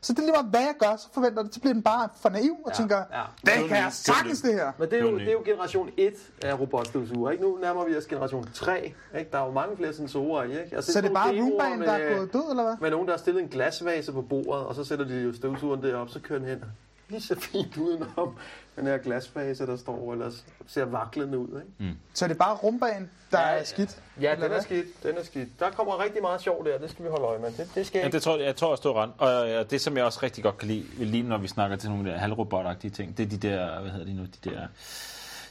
[SPEAKER 3] Så det er lige meget, hvad jeg gør, så forventer det, så bliver den bare for naiv og ja, tænker,
[SPEAKER 2] ja.
[SPEAKER 3] ja.
[SPEAKER 1] Det er
[SPEAKER 3] det kan
[SPEAKER 1] ny,
[SPEAKER 3] jeg sagtens det her.
[SPEAKER 2] Men det er,
[SPEAKER 1] Det
[SPEAKER 2] jo,
[SPEAKER 1] var ny.
[SPEAKER 2] det er jo generation 1 af robotstøvsuger, ikke? Nu nærmer vi os generation 3, ikke? Der er jo mange flere sensorer i, ikke? Altså,
[SPEAKER 3] Så det er bare
[SPEAKER 2] sådan nogle
[SPEAKER 3] roombanen, der
[SPEAKER 2] demoer
[SPEAKER 3] er
[SPEAKER 2] med-
[SPEAKER 3] gået død, eller hvad?
[SPEAKER 2] Med nogen, der har stillet en glasvase på bordet, og så sætter de jo støvsugeren derop, så kører den hen. lige så fint udenom den her glasfase, der står ellers ser vaklende ud. Ikke?
[SPEAKER 3] Så det er bare rumbanen, der
[SPEAKER 2] Ja,
[SPEAKER 3] ja,
[SPEAKER 2] ja.
[SPEAKER 3] er skidt?
[SPEAKER 2] Ja,
[SPEAKER 3] Eller
[SPEAKER 2] den er
[SPEAKER 3] hvad?
[SPEAKER 2] skidt, den er skidt. Der kommer rigtig meget sjov der, det skal vi holde øje med. Det, det skal
[SPEAKER 1] Ja,
[SPEAKER 2] ikke.
[SPEAKER 1] det tror jeg, jeg tror, jeg står rent. Og, og det, som jeg også rigtig godt kan lide, lige når vi snakker til nogle af de der halvrobotagtige ting, det er de der, hvad hedder de nu, de der,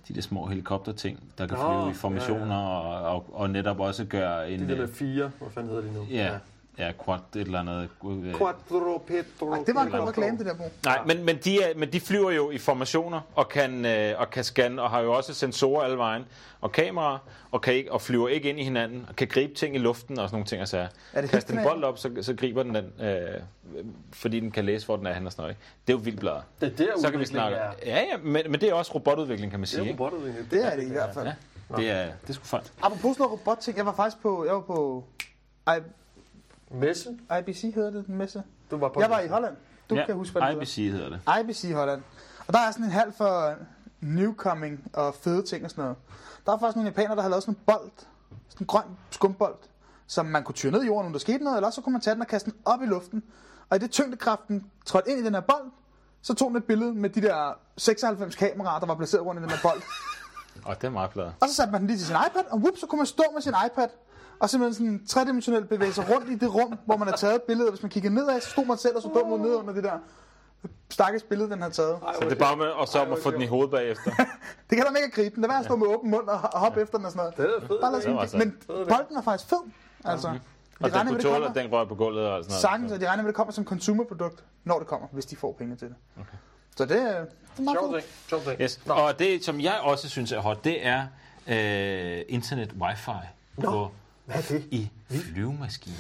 [SPEAKER 1] de der små helikopterting, der kan
[SPEAKER 2] Nå,
[SPEAKER 1] flyve i
[SPEAKER 2] ja,
[SPEAKER 1] formationer og, og, og netop også gøre en...
[SPEAKER 2] Det der
[SPEAKER 1] øh,
[SPEAKER 2] med fire, hvad fanden hedder de nu?
[SPEAKER 1] Ja, ja, quad et eller andet. øh,
[SPEAKER 2] Quadrupedro.
[SPEAKER 3] Ej, det var en god reklame, det der, Bo.
[SPEAKER 1] Nej, men, men, de er, men de flyver jo i formationer og kan, øh, og kan scanne, og har jo også sensorer alle vejen, og kameraer, og, kan ikke, og flyver ikke ind i hinanden, og kan gribe ting i luften og sådan nogle ting. Og så
[SPEAKER 3] Er det
[SPEAKER 1] Kaster den
[SPEAKER 3] hestene?
[SPEAKER 1] bold op, så, så griber den den, øh, fordi den kan læse, hvor den er henne og sådan noget. ikke? Det er jo vildt bladet.
[SPEAKER 2] Det er der
[SPEAKER 1] Så kan vi
[SPEAKER 2] udviklingen
[SPEAKER 1] snakke.
[SPEAKER 2] er.
[SPEAKER 1] Ja, ja, men, men det er også robotudvikling, kan man
[SPEAKER 2] Det
[SPEAKER 1] sige.
[SPEAKER 2] er
[SPEAKER 1] Ikke?
[SPEAKER 2] robotudvikling.
[SPEAKER 3] Det er det i hvert fald.
[SPEAKER 1] Ja, det er, det er sgu fun.
[SPEAKER 3] Apropos sådan noget robotting, jeg var faktisk på, jeg var på I,
[SPEAKER 2] Messe,
[SPEAKER 3] IBC, hedder det den messe?
[SPEAKER 2] du var på.
[SPEAKER 3] Jeg var i Holland. Du
[SPEAKER 1] ja,
[SPEAKER 3] kan huske, hvad det
[SPEAKER 1] IBC hedder det.
[SPEAKER 3] hedder. IBC Holland. Og der er sådan en halv for newcoming og fede ting og sådan noget. Der er faktisk nogle japanere, der har lavet sådan en bold. Sådan en grøn skumbold, som man kunne tyre ned i jorden, når der skete noget. Eller også så kunne man tage den og kaste den op i luften. Og i det tyngdekraften trådte ind i den her bold, så tog den et billede med de der 96 kameraer, der var placeret rundt i den her bold.
[SPEAKER 1] Og det er meget bladet.
[SPEAKER 3] Og så satte man den lige til sin iPad, og whoop, så kunne man stå med sin iPad, og simpelthen sådan tredimensionelt bevæge sig rundt i det rum, hvor man har taget billedet. Hvis man kigger nedad, så stod man selv og så dum ud ned under det der stakkels billede, den har taget.
[SPEAKER 2] Ej,
[SPEAKER 1] Så det er bare med, og så om at få den i hovedet bagefter.
[SPEAKER 3] Det kan da ikke at gribe den. Det er værd at stå med åben mund og ho- og hoppe efter den og sådan noget.
[SPEAKER 2] Det er fedt.
[SPEAKER 3] Bare lad
[SPEAKER 1] Det var Mhm.
[SPEAKER 3] os, men
[SPEAKER 2] sejt.
[SPEAKER 3] bolden er faktisk fed. Altså,
[SPEAKER 1] Og
[SPEAKER 3] de
[SPEAKER 1] den
[SPEAKER 3] regner med,
[SPEAKER 1] kunne
[SPEAKER 3] det
[SPEAKER 1] tåle, at
[SPEAKER 3] kommer.
[SPEAKER 1] den rører på gulvet og sådan noget.
[SPEAKER 3] Sagtens, og de regner med, det kommer som consumerprodukt, når det kommer, hvis de får penge til det. Så det, øh, det er meget
[SPEAKER 2] Sjov
[SPEAKER 3] fedt.
[SPEAKER 2] ting. Sjov ting.
[SPEAKER 1] Yes. Og det, som jeg også synes er hot, det er øh, internet wifi på,
[SPEAKER 2] Hvad er det?
[SPEAKER 1] i flyvemaskiner.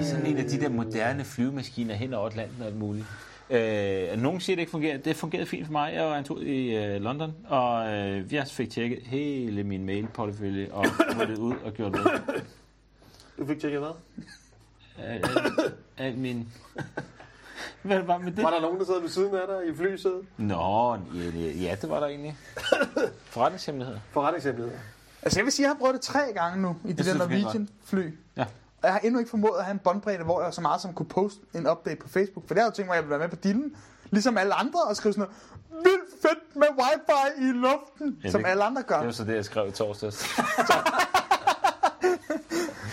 [SPEAKER 1] I sådan en af de der moderne flyvemaskiner hen over Atlanten og alt muligt. Øh, nogen siger, det ikke fungerer. Det fungerede fint for mig. Jeg var en tur i øh, London, og øh, jeg fik tjekket hele min mailportefølje og det ud og gjort noget.
[SPEAKER 2] Du fik tjekket hvad?
[SPEAKER 1] Al, al, Øh, al min... Hvad var med det?
[SPEAKER 2] Var der nogen, der sad ved siden af dig i flysædet?
[SPEAKER 1] Nå, ja, det- ja, det var der egentlig. Forretningshemmeligheder.
[SPEAKER 2] Forretningshemmeligheder.
[SPEAKER 3] Altså jeg vil sige, at jeg har brugt det tre gange nu i det
[SPEAKER 1] synes,
[SPEAKER 3] der
[SPEAKER 1] du kan
[SPEAKER 3] Norwegian fly.
[SPEAKER 1] Ja.
[SPEAKER 3] Og jeg har endnu ikke formået at have en båndbredde, hvor jeg så meget som kunne poste en update på Facebook. For det har jeg jo tænkt mig, at jeg vil være med på dillen. Ligesom alle andre, og skrive sådan noget, vildt fedt med wifi i luften,
[SPEAKER 1] Ja,
[SPEAKER 3] ja, som
[SPEAKER 1] det-
[SPEAKER 3] alle andre
[SPEAKER 1] Det var
[SPEAKER 3] gør.
[SPEAKER 1] så det, jeg skrev i torsdags.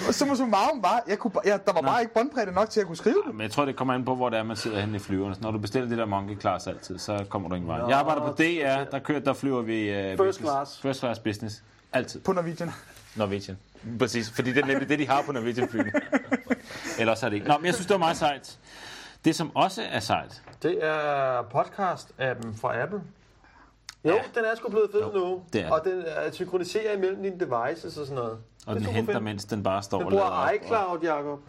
[SPEAKER 3] Og så må så meget bare, jeg kunne, bare- ja, der var bare ikke båndbredde nok til at kunne skrive det.
[SPEAKER 1] Men jeg tror, det kommer an på, hvor det er, man sidder henne i flyverne. Så Når du bestiller det der monkey class altid, så kommer du ingen vej. Jeg arbejder på DR, der, kører, der flyver vi... Uh, first
[SPEAKER 2] class.
[SPEAKER 1] First class business. Altid.
[SPEAKER 3] På Norwegian.
[SPEAKER 1] Norwegian. Præcis, fordi det er nemlig det, de har på Norwegian flyene. Ellers er det ikke. Nå, men jeg synes, det var meget sejt. Det, som også er sejt,
[SPEAKER 2] Det er podcast-appen fra Apple. Jo, ja. den er sgu blevet fed nu.
[SPEAKER 1] det er
[SPEAKER 2] og den er synkroniserer imellem dine devices og sådan noget.
[SPEAKER 1] og den
[SPEAKER 2] skulle
[SPEAKER 1] henter,
[SPEAKER 2] fedt.
[SPEAKER 1] mens den bare står
[SPEAKER 2] Den
[SPEAKER 1] og lader op.
[SPEAKER 2] bruger
[SPEAKER 1] og-
[SPEAKER 2] iCloud, Jacob.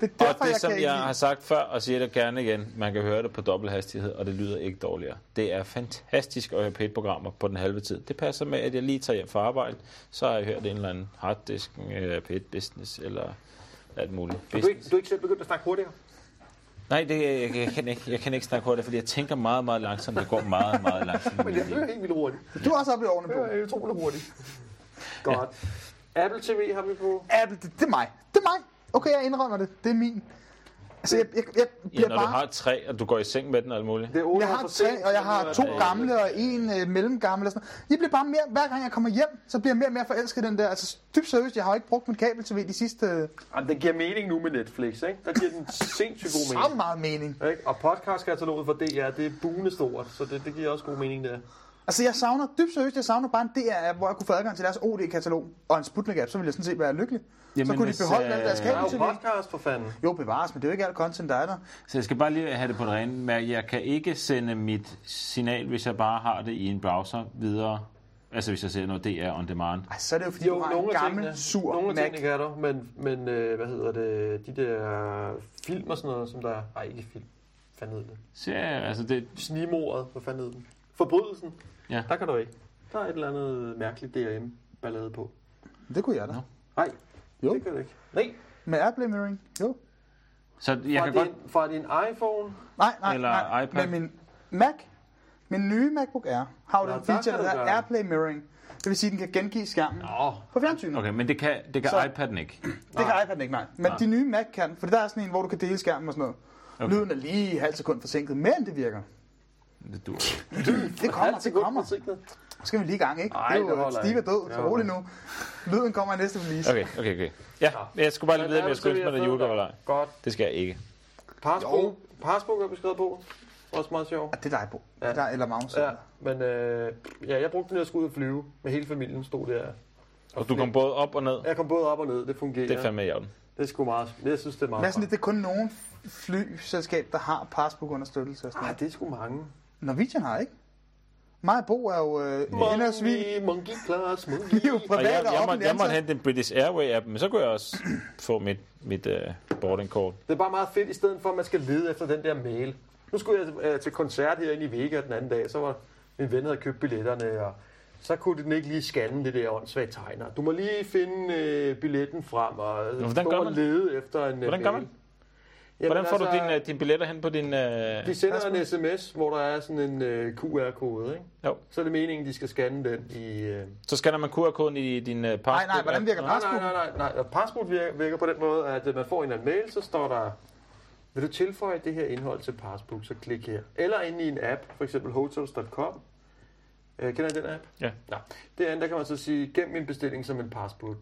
[SPEAKER 3] Det er
[SPEAKER 1] Og
[SPEAKER 3] derfor,
[SPEAKER 1] det,
[SPEAKER 3] jeg
[SPEAKER 1] som
[SPEAKER 3] kan ikke
[SPEAKER 1] jeg
[SPEAKER 3] lide.
[SPEAKER 1] har sagt før, og siger det gerne igen, man kan høre det på dobbelt hastighed, og det lyder ikke dårligere. Det er fantastisk at høre P1-programmer på den halve tid. Det passer med, at jeg lige tager hjem fra arbejde, så har jeg hørt en eller anden harddisk, øh, P1 Business, eller alt muligt.
[SPEAKER 2] Du er ikke, du er ikke selv begyndt at snakke hurtigere.
[SPEAKER 1] Nej, det, jeg, jeg, kan ikke, jeg kan ikke snakke hurtigt, fordi jeg tænker meget, meget langsomt. Det går meget, meget langsomt.
[SPEAKER 2] Men jeg hører helt vildt hurtigt.
[SPEAKER 3] Du er også oppe i årene
[SPEAKER 2] Jeg
[SPEAKER 3] på.
[SPEAKER 2] hører utrolig hurtigt. Godt. Apple TV har vi på.
[SPEAKER 3] Apple, det, det er mig. Det er mig. Okay, jeg indrømmer det. Det er min. Altså, jeg, jeg, jeg
[SPEAKER 1] Ja,
[SPEAKER 3] bliver
[SPEAKER 1] når
[SPEAKER 3] bare...
[SPEAKER 1] du har tre, og du går i seng med den og alt muligt.
[SPEAKER 2] Det er Ole
[SPEAKER 3] Jeg har
[SPEAKER 2] for
[SPEAKER 3] tre,
[SPEAKER 2] sent.
[SPEAKER 3] og jeg har to gamle og en øh, mellemgammel. Og sådan. noget. Jeg bliver bare mere, hver gang jeg kommer hjem, så bliver jeg mere og mere forelsket i den der. Altså, dybt seriøst, jeg har jo ikke brugt mit kabel-tv de sidste øh,
[SPEAKER 2] Jamen, det giver mening nu med Netflix, ikke? Der giver den sindssygt god
[SPEAKER 3] så
[SPEAKER 2] mening.
[SPEAKER 3] meget mening.
[SPEAKER 2] Ikke? Og podcastkataloget for DR, det er buende stort, så det, det giver også god mening, der.
[SPEAKER 3] Altså, jeg savner, dybt seriøst, jeg savner bare en DR-app, hvor jeg kunne få adgang til deres OD-katalog og en Sputnik-app, så ville jeg sådan set være lykkelig. Jamen, så
[SPEAKER 1] Jamen,
[SPEAKER 3] kunne de
[SPEAKER 2] altså,
[SPEAKER 1] hvis,
[SPEAKER 3] beholde
[SPEAKER 1] øh,
[SPEAKER 3] alt deres
[SPEAKER 2] Der er jo
[SPEAKER 3] kabel-tv.
[SPEAKER 2] podcast for fanden.
[SPEAKER 3] Jo, bevares, men det er jo ikke alt content, der er der.
[SPEAKER 1] Så jeg skal bare lige have det på det rene, men jeg kan ikke sende mit signal, hvis jeg bare har det i en browser videre. Altså hvis jeg ser noget DR on demand.
[SPEAKER 3] Ej, så er det jo, fordi
[SPEAKER 2] Jo,
[SPEAKER 3] du har en
[SPEAKER 2] nogle af
[SPEAKER 3] gammel,
[SPEAKER 2] tingene,
[SPEAKER 3] sur
[SPEAKER 2] nogle af
[SPEAKER 3] Mac.
[SPEAKER 2] tingene kan du, men, men øh, hvad hedder det, de der film og sådan noget, som der er, ej ikke film, hvad fanden hed det,
[SPEAKER 1] Så ja, altså det,
[SPEAKER 2] snimordet, hvad fanden hed den, forbrydelsen,
[SPEAKER 1] Ja.
[SPEAKER 2] der kan du ikke. Der er et eller andet mærkeligt DRM-ballade på.
[SPEAKER 3] Det kunne jeg da.
[SPEAKER 1] Nå.
[SPEAKER 2] Nej,
[SPEAKER 3] Jo.
[SPEAKER 2] det kan du ikke. Nej,
[SPEAKER 3] Med AirPlay mirroring. Jo.
[SPEAKER 1] så jeg
[SPEAKER 2] fra,
[SPEAKER 1] kan
[SPEAKER 2] din,
[SPEAKER 1] godt...
[SPEAKER 2] fra din iPhone,
[SPEAKER 3] Nej, nej,
[SPEAKER 1] Eller
[SPEAKER 3] nej.
[SPEAKER 1] iPad.
[SPEAKER 3] Men min Mac, min nye MacBook Air, har jo
[SPEAKER 2] Nå,
[SPEAKER 3] den
[SPEAKER 2] der
[SPEAKER 3] feature,
[SPEAKER 2] kan
[SPEAKER 3] der
[SPEAKER 2] du
[SPEAKER 3] hedder
[SPEAKER 2] gøre det.
[SPEAKER 3] AirPlay Mirroring. Det vil sige, at den kan gengive skærmen
[SPEAKER 2] Åh,
[SPEAKER 3] på fjernsynet.
[SPEAKER 1] Okay, men det kan, det kan
[SPEAKER 3] Så-
[SPEAKER 1] iPad'en ikke.
[SPEAKER 3] Det kan iPad'en ikke, nej. Men de nye Mac kan, for der er sådan en, hvor du kan dele skærmen og sådan noget. Okay. Lyden er lige halv sekund forsinket, men det virker.
[SPEAKER 1] Det dur.
[SPEAKER 3] Det kommer, det kommer. Så skal vi lige i gang, ikke?
[SPEAKER 2] Nej,
[SPEAKER 3] det
[SPEAKER 2] det
[SPEAKER 3] er jo,
[SPEAKER 2] holder
[SPEAKER 3] Steve er
[SPEAKER 2] ikke.
[SPEAKER 3] død,
[SPEAKER 2] Det
[SPEAKER 3] så
[SPEAKER 2] holder
[SPEAKER 3] rolig nu. Lyden kommer i næste release.
[SPEAKER 1] Okay, okay, okay. Ja, men jeg skulle bare lige vide, om jeg skulle ønske mig noget julegave eller ej.
[SPEAKER 2] Godt.
[SPEAKER 1] Det skal jeg ikke.
[SPEAKER 2] Parsbo, Parsbo er beskrevet på. Også meget sjovt.
[SPEAKER 3] Ah, Det er dig, Bo.
[SPEAKER 2] Ja.
[SPEAKER 3] Ja. Der, eller Magnus.
[SPEAKER 2] Ja, men øh, ja, jeg brugte den, når jeg skulle ud og flyve. Med hele familien stod der.
[SPEAKER 1] Og du kom både op og ned.
[SPEAKER 2] Jeg kom både op og ned, det fungerer.
[SPEAKER 1] Det er fandme i orden.
[SPEAKER 2] Det er sgu meget. Jeg synes, det er meget.
[SPEAKER 3] Men jeg er sådan lidt, det er kun nogen flyselskab, der har passbook-understøttelse. og
[SPEAKER 2] Nej,
[SPEAKER 3] sådan noget.
[SPEAKER 2] Ah, det er sgu mange.
[SPEAKER 3] Norwegian har ikke. Mig og Bo er jo øh, henholdsvis
[SPEAKER 2] Monkey, monkey class, monkey.
[SPEAKER 3] vi er jo
[SPEAKER 1] Og jeg,
[SPEAKER 3] private
[SPEAKER 1] jeg,
[SPEAKER 3] og,
[SPEAKER 1] må,
[SPEAKER 3] offentlige
[SPEAKER 1] jeg måtte
[SPEAKER 3] ansatte.
[SPEAKER 1] hente en British Airway-app, men så kunne jeg også få mit, mit uh, boardingkort.
[SPEAKER 2] Det er bare meget fedt, i stedet for, at man skal lede efter den der mail. Nu skulle jeg øh, til koncert herinde i Vega den anden dag, så var min ven havde købt billetterne, og så kunne den ikke lige scanne det der åndssvage tegner. Du må lige finde øh, billetten frem, og øh,
[SPEAKER 1] hvordan
[SPEAKER 2] stå
[SPEAKER 1] gør
[SPEAKER 2] og
[SPEAKER 1] man?
[SPEAKER 2] lede efter en øh,
[SPEAKER 1] Hvordan gør
[SPEAKER 2] mail.
[SPEAKER 1] man?
[SPEAKER 2] Jamen, altså,
[SPEAKER 1] Hvordan får du dine din øh, billetter hen på din... Uh...
[SPEAKER 2] De sender en sms, hvor der er sådan en øh, QR-kode, ikke?
[SPEAKER 1] Jo.
[SPEAKER 2] Så er det meningen, de skal scanne den i... Øh...
[SPEAKER 1] Så scanner man QR-koden i din uh, passport.
[SPEAKER 3] Nej, nej, hvordan virker
[SPEAKER 2] Nej, nej,
[SPEAKER 3] passbook?
[SPEAKER 2] nej, nej, nej. Og Passport virker, virker på den måde, at øh, man får en eller anden mail, så står der, vil du tilføje det her indhold til Passbook, så klik her. Eller inde i en app, for eksempel hotels.com. Øh, kender I den app?
[SPEAKER 1] Ja.
[SPEAKER 2] Nej. Derinde, der kan man så sige, gem min bestilling som en passbook.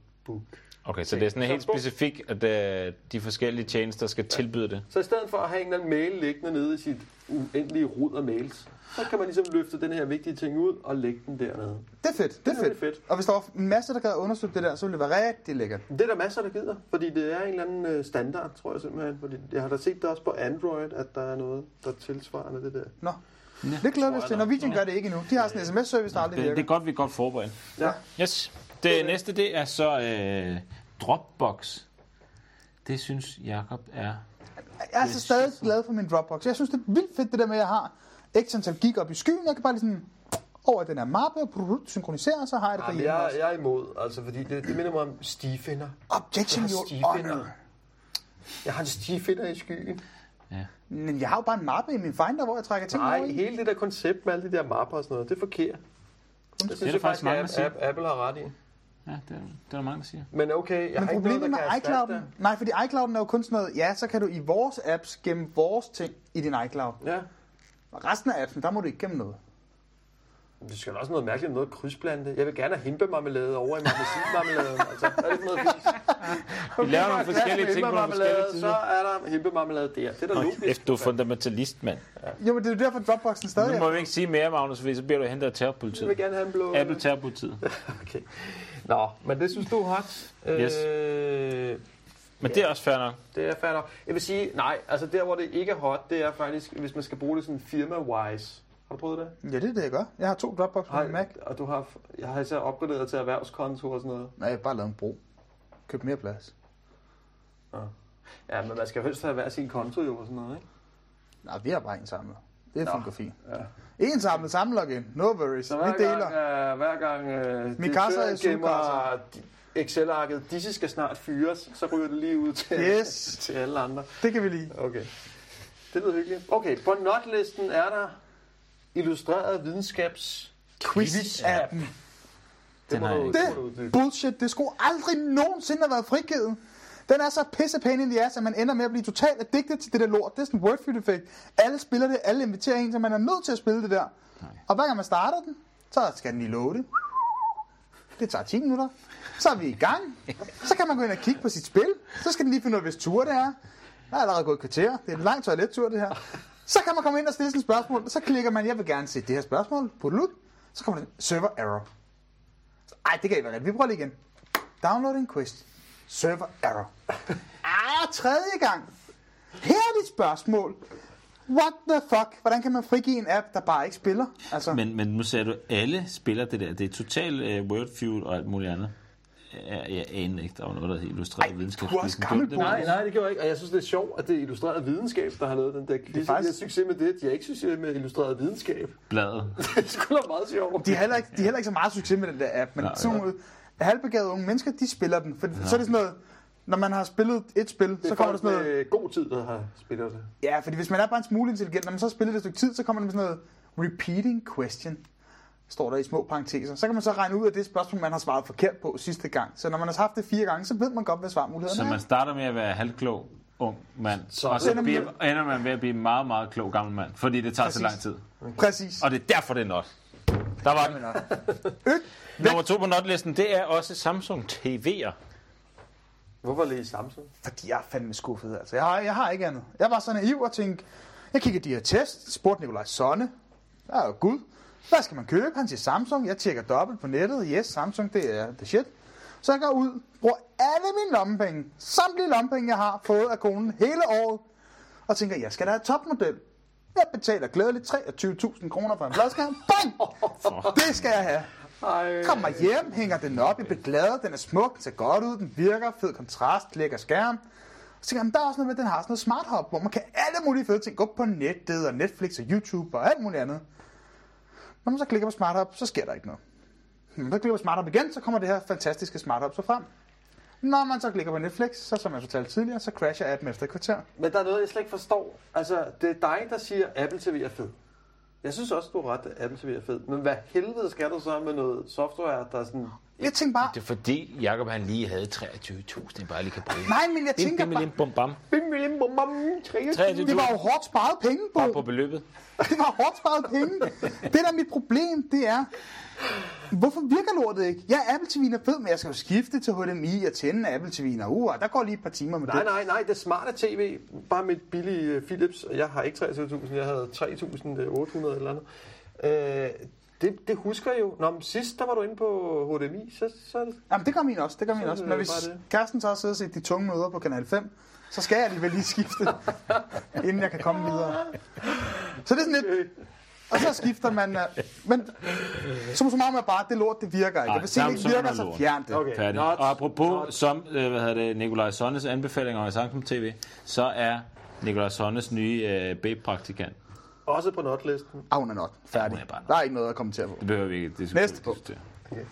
[SPEAKER 1] Okay, så det er sådan helt
[SPEAKER 2] Så-
[SPEAKER 1] specifikt, at uh, de forskellige tjenester skal tilbyde det.
[SPEAKER 2] Så i stedet for at have en eller anden mail liggende nede i sit uendelige rod af mails, så kan man ligesom løfte den her vigtige ting ud og lægge den dernede.
[SPEAKER 3] Det er fedt, det
[SPEAKER 2] Det er
[SPEAKER 3] er fedt.
[SPEAKER 2] fedt.
[SPEAKER 3] Og hvis der var en masse, der gad undersøge det der, så ville det være rigtig lækkert.
[SPEAKER 2] Det er der masser, der gider, fordi det er en eller anden øh, standard, tror jeg simpelthen. Fordi jeg har da set det også på Android, at der er noget, der er tilsvarende det der.
[SPEAKER 3] Nå. Det glæder vi
[SPEAKER 2] Tror
[SPEAKER 3] os til.
[SPEAKER 2] jeg nok.
[SPEAKER 3] Norwegian gør det ikke endnu. De har sådan en sms-service, der aldrig
[SPEAKER 1] Det, det er
[SPEAKER 3] virker.
[SPEAKER 1] godt, vi er godt forberedt.
[SPEAKER 2] Ja.
[SPEAKER 1] Yes. Det næste, det er så uh, Dropbox. Det synes Jakob er...
[SPEAKER 3] Jeg er så stadig glad for min Dropbox. Jeg synes, det er vildt fedt, det der med, at jeg har x antal gig op i skyen. Jeg kan bare lige sådan over i den her mappe, brrr, synkronisere, så har jeg det
[SPEAKER 2] Jamen,
[SPEAKER 3] derhjemme
[SPEAKER 2] jeg,
[SPEAKER 3] også.
[SPEAKER 2] jeg er imod, altså, fordi det, det minder mig om stifinder.
[SPEAKER 3] Objection,
[SPEAKER 2] Jeg har
[SPEAKER 3] your
[SPEAKER 2] stifinder.
[SPEAKER 3] honor.
[SPEAKER 2] Jeg har en stifinder i skyen.
[SPEAKER 1] Ja.
[SPEAKER 3] Men jeg har jo bare en mappe i min finder, hvor jeg trækker ting
[SPEAKER 2] Nej,
[SPEAKER 3] over i.
[SPEAKER 2] hele det der koncept med alle de der mapper og sådan noget, det er forkert. Det synes
[SPEAKER 1] der
[SPEAKER 2] jeg
[SPEAKER 1] faktisk
[SPEAKER 2] faktisk,
[SPEAKER 1] mange, der
[SPEAKER 2] at
[SPEAKER 1] siger.
[SPEAKER 2] App- Apple har ret i.
[SPEAKER 1] Ja, det er, det er der mange, der siger.
[SPEAKER 2] Men okay, jeg
[SPEAKER 3] Men
[SPEAKER 2] har ikke noget, der
[SPEAKER 3] problemet med
[SPEAKER 2] kan erstatte
[SPEAKER 3] iCloud'en,
[SPEAKER 2] det.
[SPEAKER 3] nej, fordi iCloud'en er jo kun sådan noget, ja, så kan du i vores apps gemme vores ting i din iCloud.
[SPEAKER 2] Ja,
[SPEAKER 3] Og resten af appsen, der må du ikke gemme noget.
[SPEAKER 2] men det skal da også noget mærkeligt noget krydsplante. Jeg vil gerne have himbemarmelade over i magasinmarmeladen. altså, hvad er det for noget fisk?
[SPEAKER 1] Vi laver nogle forskellige ting på nogle forskellige
[SPEAKER 2] Himbemarmelade, så
[SPEAKER 1] tider.
[SPEAKER 2] er der himbemarmelade der. Det er da logisk.
[SPEAKER 1] Efter du er fundamentalist, mand.
[SPEAKER 3] Jo, men det er jo derfor, Dropboxen stadig
[SPEAKER 1] Nu
[SPEAKER 3] er
[SPEAKER 1] må vi ikke sige mere, Magnus, fordi så bliver du hentet af
[SPEAKER 2] Jeg
[SPEAKER 1] terrorpolitiet.
[SPEAKER 2] vil gerne have en blå.
[SPEAKER 1] Apple terrorpolitiet.
[SPEAKER 2] Okay. Nå, men det synes du er hot.
[SPEAKER 1] Yes.
[SPEAKER 2] Øh,
[SPEAKER 1] Men det er også fair nok.
[SPEAKER 2] det er fair nok. Jeg vil sige, nej, altså der hvor det ikke er hot, det er faktisk, hvis man skal bruge det sådan firma-wise. Har du prøvet det?
[SPEAKER 3] Ja, det er det, jeg gør. Jeg har to Dropbox på min Mac.
[SPEAKER 2] Og du har, jeg har især opgraderet til erhvervskonto og sådan noget.
[SPEAKER 3] Nej, jeg har bare lavet en bro. Køb mere plads.
[SPEAKER 2] Ja, men man skal jo helst have hver sin konto jo og sådan noget, ikke?
[SPEAKER 3] Nej, vi har bare en samlet. Det
[SPEAKER 2] Nå,
[SPEAKER 3] fungerer fint.
[SPEAKER 2] ja.
[SPEAKER 3] En samlet, samme login. No worries.
[SPEAKER 2] Så
[SPEAKER 3] vi
[SPEAKER 2] hver
[SPEAKER 3] deler.
[SPEAKER 2] gang, øh, hver gang øh,
[SPEAKER 3] Mikasa er
[SPEAKER 2] direktøren gemmer
[SPEAKER 3] sugekasser.
[SPEAKER 2] di- Excel-arket, disse skal snart fyres, så ryger det lige ud til,
[SPEAKER 3] Yes.
[SPEAKER 2] til alle andre.
[SPEAKER 3] Det kan vi lide.
[SPEAKER 2] Okay. Det lyder hyggeligt. Okay, på notlisten er der illustreret videnskabs...
[SPEAKER 3] Quiz-appen.
[SPEAKER 1] Den har jeg ikke.
[SPEAKER 2] det, må
[SPEAKER 3] Det
[SPEAKER 2] du uddybe.
[SPEAKER 3] bullshit. Det skulle aldrig nogensinde have været frigivet. Den er så pisse pain in the ass, at man ender med at blive totalt addicted til det der lort. Det er sådan en word feud effekt. Alle spiller det, alle inviterer en, så man er nødt til at spille det der. Nej. Og hver gang man starter den, så skal den lige loade. Det tager 10 minutter. Så er vi i gang. Så kan man gå ind og kigge på sit spil. Så skal den lige finde ud af, hvis tur det er. Der er allerede gået et kvarter. Det er en lang toilettur, det her. Så kan man komme ind og stille sådan et spørgsmål. Så klikker man, jeg vil gerne se det her spørgsmål. Put det ud. Så kommer den server error. Ej, det kan ikke være rigtigt. Vi prøver lige igen. Downloading quiz. Server error. Ah, tredje gang. Her er dit spørgsmål. What the fuck? Hvordan kan man frigive en app, der bare ikke spiller? Altså, Men...
[SPEAKER 1] Men, men nu sagde du, alle spiller det der. Det er total uh, word feud og alt muligt andet. Jeg, jeg aner ikke, der var noget, der hed illustreret videnskab. Ligesom
[SPEAKER 3] du er også gammel, Bo.
[SPEAKER 2] Nej, nej, det gjorde jeg ikke. Og jeg synes, det er sjovt, at det er illustreret videnskab, der har lavet den der quiz. Det er
[SPEAKER 3] faktisk-
[SPEAKER 2] faktisk... Jeg er succes med det, at de har ikke succes med illustreret videnskab.
[SPEAKER 1] Bladet.
[SPEAKER 2] det er sgu da meget sjovt.
[SPEAKER 3] de, har heller ikke, de har heller ikke så meget succes med den der app, men Nej, sådan nogle halvbegavede unge mennesker, de spiller den. For så er det sådan noget, når man har spillet et spil, så kommer der sådan noget...
[SPEAKER 2] noget... god tid, der har spillet det.
[SPEAKER 3] Ja, fordi hvis man er bare en smule intelligent, når man så spiller det et stykke tid, så kommer der med sådan noget repeating question. står der i små parenteser. Så kan man så regne ud af det spørgsmål, man har svaret forkert på sidste gang. Så når man har haft det fire gange, så ved man godt, hvad svarmulighederne
[SPEAKER 1] Så
[SPEAKER 3] er.
[SPEAKER 1] man starter med at være halvklog ung mand,
[SPEAKER 2] Så-
[SPEAKER 1] så og så
[SPEAKER 3] Ender man-
[SPEAKER 1] bliver, ender man ved at blive en meget, meget klog gammel mand, fordi det tager så lang
[SPEAKER 3] Præcis.
[SPEAKER 1] tid.
[SPEAKER 3] Præcis. altså.
[SPEAKER 1] Og det er derfor, det er not. Der var den. Nummer to på notlisten, det er også Samsung TV'er.
[SPEAKER 2] Hvorfor lige Samsung?
[SPEAKER 3] Fordi jeg er fandme skuffet, altså. Jeg har, jeg har ikke andet. Jeg var så naiv og tænkte, jeg kiggede de her test, spurgte Nikolaj Sonne, der er jo gud. Hvad skal man købe? Han siger Samsung. Jeg tjekker dobbelt på nettet. Yes, Samsung, det er the shit. Så jeg går ud, bruger alle mine lommepenge, samtlige lommepenge, jeg har fået af konen hele året, og tænker, jeg skal da have topmodel. Jeg betaler glædeligt 23.000 kroner for en bladskærm. Bang! Det skal jeg have.
[SPEAKER 2] Ej.
[SPEAKER 3] Kommer hjem, hænger den op, jeg bliver glad, den er smuk, den ser godt ud, den virker, fed kontrast, lækker skærm. Så tænker jeg, "Men der er også noget med, at den har sådan noget smart hub, hvor man kan alle mulige fede ting, gå på nettet og Netflix og YouTube og alt muligt andet. Når man så klikker på smart hub, så sker der ikke noget. Når man så klikker på smart hub igen, så kommer det her fantastiske smart hub så frem. Når man så klikker på Netflix, så som jeg fortalte tidligere, så crasher appen efter et kvarter.
[SPEAKER 2] Men der er noget, jeg slet ikke forstår. Altså, det er dig, der siger, at Apple TV er fed. Jeg synes også, du har ret, at Apple TV er fed. Men hvad helvede skal du så med noget software, der er sådan...
[SPEAKER 3] Jeg tænkte bare,
[SPEAKER 1] Det er fordi, Jacob han lige havde 23.000, han bare lige kan bruge.
[SPEAKER 3] nej, men jeg
[SPEAKER 1] Bim,
[SPEAKER 3] tænker
[SPEAKER 1] bim,
[SPEAKER 3] bare,
[SPEAKER 1] bim, bum, bam.
[SPEAKER 2] Bim, bim, bum, bam, tre-
[SPEAKER 3] det var jo hårdt sparet penge på.
[SPEAKER 1] på beløbet.
[SPEAKER 3] Det var hårdt sparet penge. Det, der er mit problem, det er, hvorfor virker lortet ikke? Ja, Apple TV'en er fed, men jeg skal jo skifte til HDMI og tænde Apple TV'en. Og uh, der går lige et par timer med
[SPEAKER 2] Nej,
[SPEAKER 3] det.
[SPEAKER 2] nej, nej, det er smarte tv. Bare mit billige øh, Philips. og Jeg har ikke 23.000, jeg havde 3.800 eller andet. Øh, det, det husker jeg jo. Nå, men sidst, der var du inde på HDMI, så, så er det...
[SPEAKER 3] Jamen, det gør min også, det gør min
[SPEAKER 2] Så
[SPEAKER 3] også.
[SPEAKER 2] er
[SPEAKER 3] Men
[SPEAKER 2] det
[SPEAKER 3] hvis
[SPEAKER 2] bare det.
[SPEAKER 3] Karsten så har siddet og set de tunge møder på Kanal 5, så skal jeg alligevel lige skifte, inden jeg kan komme videre. Så det er sådan lidt... Og så skifter man... øh, Men som så meget med bare, det lort, det virker ikke.
[SPEAKER 1] Nej,
[SPEAKER 3] Og Hvis det ikke
[SPEAKER 1] Samsung er
[SPEAKER 3] virker, så
[SPEAKER 1] lort.
[SPEAKER 3] fjern det.
[SPEAKER 2] Okay,
[SPEAKER 1] Færdig.
[SPEAKER 2] not-
[SPEAKER 1] og apropos,
[SPEAKER 2] not-
[SPEAKER 1] som øh, hvad hedder det, Nikolaj Sonnes anbefalinger i Samsung TV, så er Nikolaj Sonnes nye øh, babe-praktikant.
[SPEAKER 2] Også på notlisten.
[SPEAKER 3] Ah, hun er not. Færdig.
[SPEAKER 1] Hun er bare not.
[SPEAKER 3] Der er ikke noget at kommentere på.
[SPEAKER 1] Det behøver vi ikke. Det
[SPEAKER 3] Næste punkt.
[SPEAKER 2] Okay.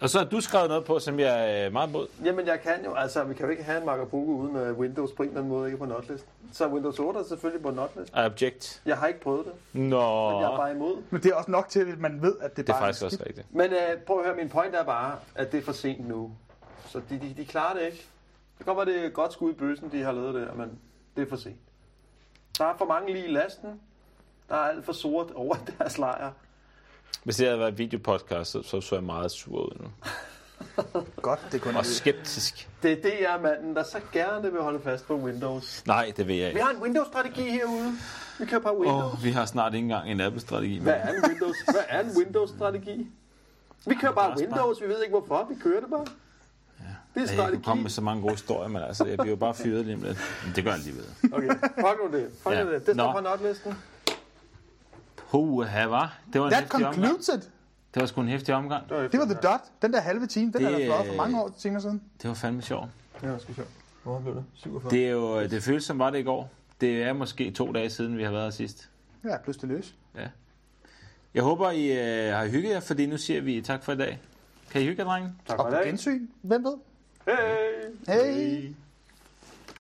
[SPEAKER 1] Og så har du skrevet noget på, som jeg er øh, meget imod.
[SPEAKER 2] Jamen, jeg kan jo, altså, vi kan jo ikke have en Macabuco uden øh, Windows på en eller anden måde, ikke på notlisten. Så Windows 8 er selvfølgelig på notlisten.
[SPEAKER 1] Object.
[SPEAKER 2] Jeg har ikke prøvet det.
[SPEAKER 1] Nå,
[SPEAKER 2] Jeg er bare imod.
[SPEAKER 3] Men det er også nok til, at man ved, at det,
[SPEAKER 1] det er
[SPEAKER 3] bare
[SPEAKER 1] faktisk
[SPEAKER 3] skidt.
[SPEAKER 1] også rigtigt.
[SPEAKER 2] Men øh, prøv at høre, min point er bare, at det er for sent nu. Så de, de, de klarer det ikke. Det kommer det er et godt skud i bøssen, de har lavet der, men det er for sent. Der er for mange lige i lasten. Der er alt for sort over deres lejr.
[SPEAKER 1] Hvis det havde været et videopodcast, så, så så jeg meget sur ud nu.
[SPEAKER 3] Godt, det kunne
[SPEAKER 1] Og skeptisk.
[SPEAKER 2] Det er DR-manden, der så gerne vil holde fast på Windows.
[SPEAKER 1] Nej, det vil jeg
[SPEAKER 2] Vi
[SPEAKER 1] ikke.
[SPEAKER 2] har en Windows-strategi herude. Vi kører bare Windows.
[SPEAKER 1] Oh, vi har snart ikke engang en Apple-strategi.
[SPEAKER 2] Hvad
[SPEAKER 1] mere.
[SPEAKER 2] er en Windows? Hvad er en Windows-strategi? Vi kører bare Windows. Vi ved ikke hvorfor. Vi kører det bare. Det er
[SPEAKER 1] Jeg kunne komme med
[SPEAKER 2] strategi.
[SPEAKER 1] så mange gode historier, men altså, jeg bliver jo bare fyret lige om lidt. Men det gør jeg alligevel.
[SPEAKER 2] Okay, fuck nu det. Fuck
[SPEAKER 1] Ja.
[SPEAKER 2] nu det. Det
[SPEAKER 1] Nå.
[SPEAKER 2] står på notlisten.
[SPEAKER 1] Puha, var. Det var en
[SPEAKER 3] That
[SPEAKER 1] hæftig omgang.
[SPEAKER 3] concludes it.
[SPEAKER 1] Det var sgu en hæftig omgang.
[SPEAKER 3] Det var The Dot. Den der halve time, den det... er
[SPEAKER 1] Det- øh,
[SPEAKER 3] der fløjet for mange år timer siden.
[SPEAKER 1] Det var fandme sjovt.
[SPEAKER 2] Ja, det skal sjovt. Hvor blev det? 47.
[SPEAKER 1] Det er jo, øh, det føles som var det i går. Det er måske to dage siden, vi har været her sidst.
[SPEAKER 3] Ja, pludselig løs.
[SPEAKER 1] Ja. Jeg håber, I øh, har hygget jer, fordi nu siger vi tak for i dag. Kan I hygge jer, drenge?
[SPEAKER 2] Tak
[SPEAKER 3] Og
[SPEAKER 2] for i
[SPEAKER 3] på
[SPEAKER 2] dag.
[SPEAKER 3] gensyn. Hvem ved?
[SPEAKER 2] Hey!
[SPEAKER 3] Hey!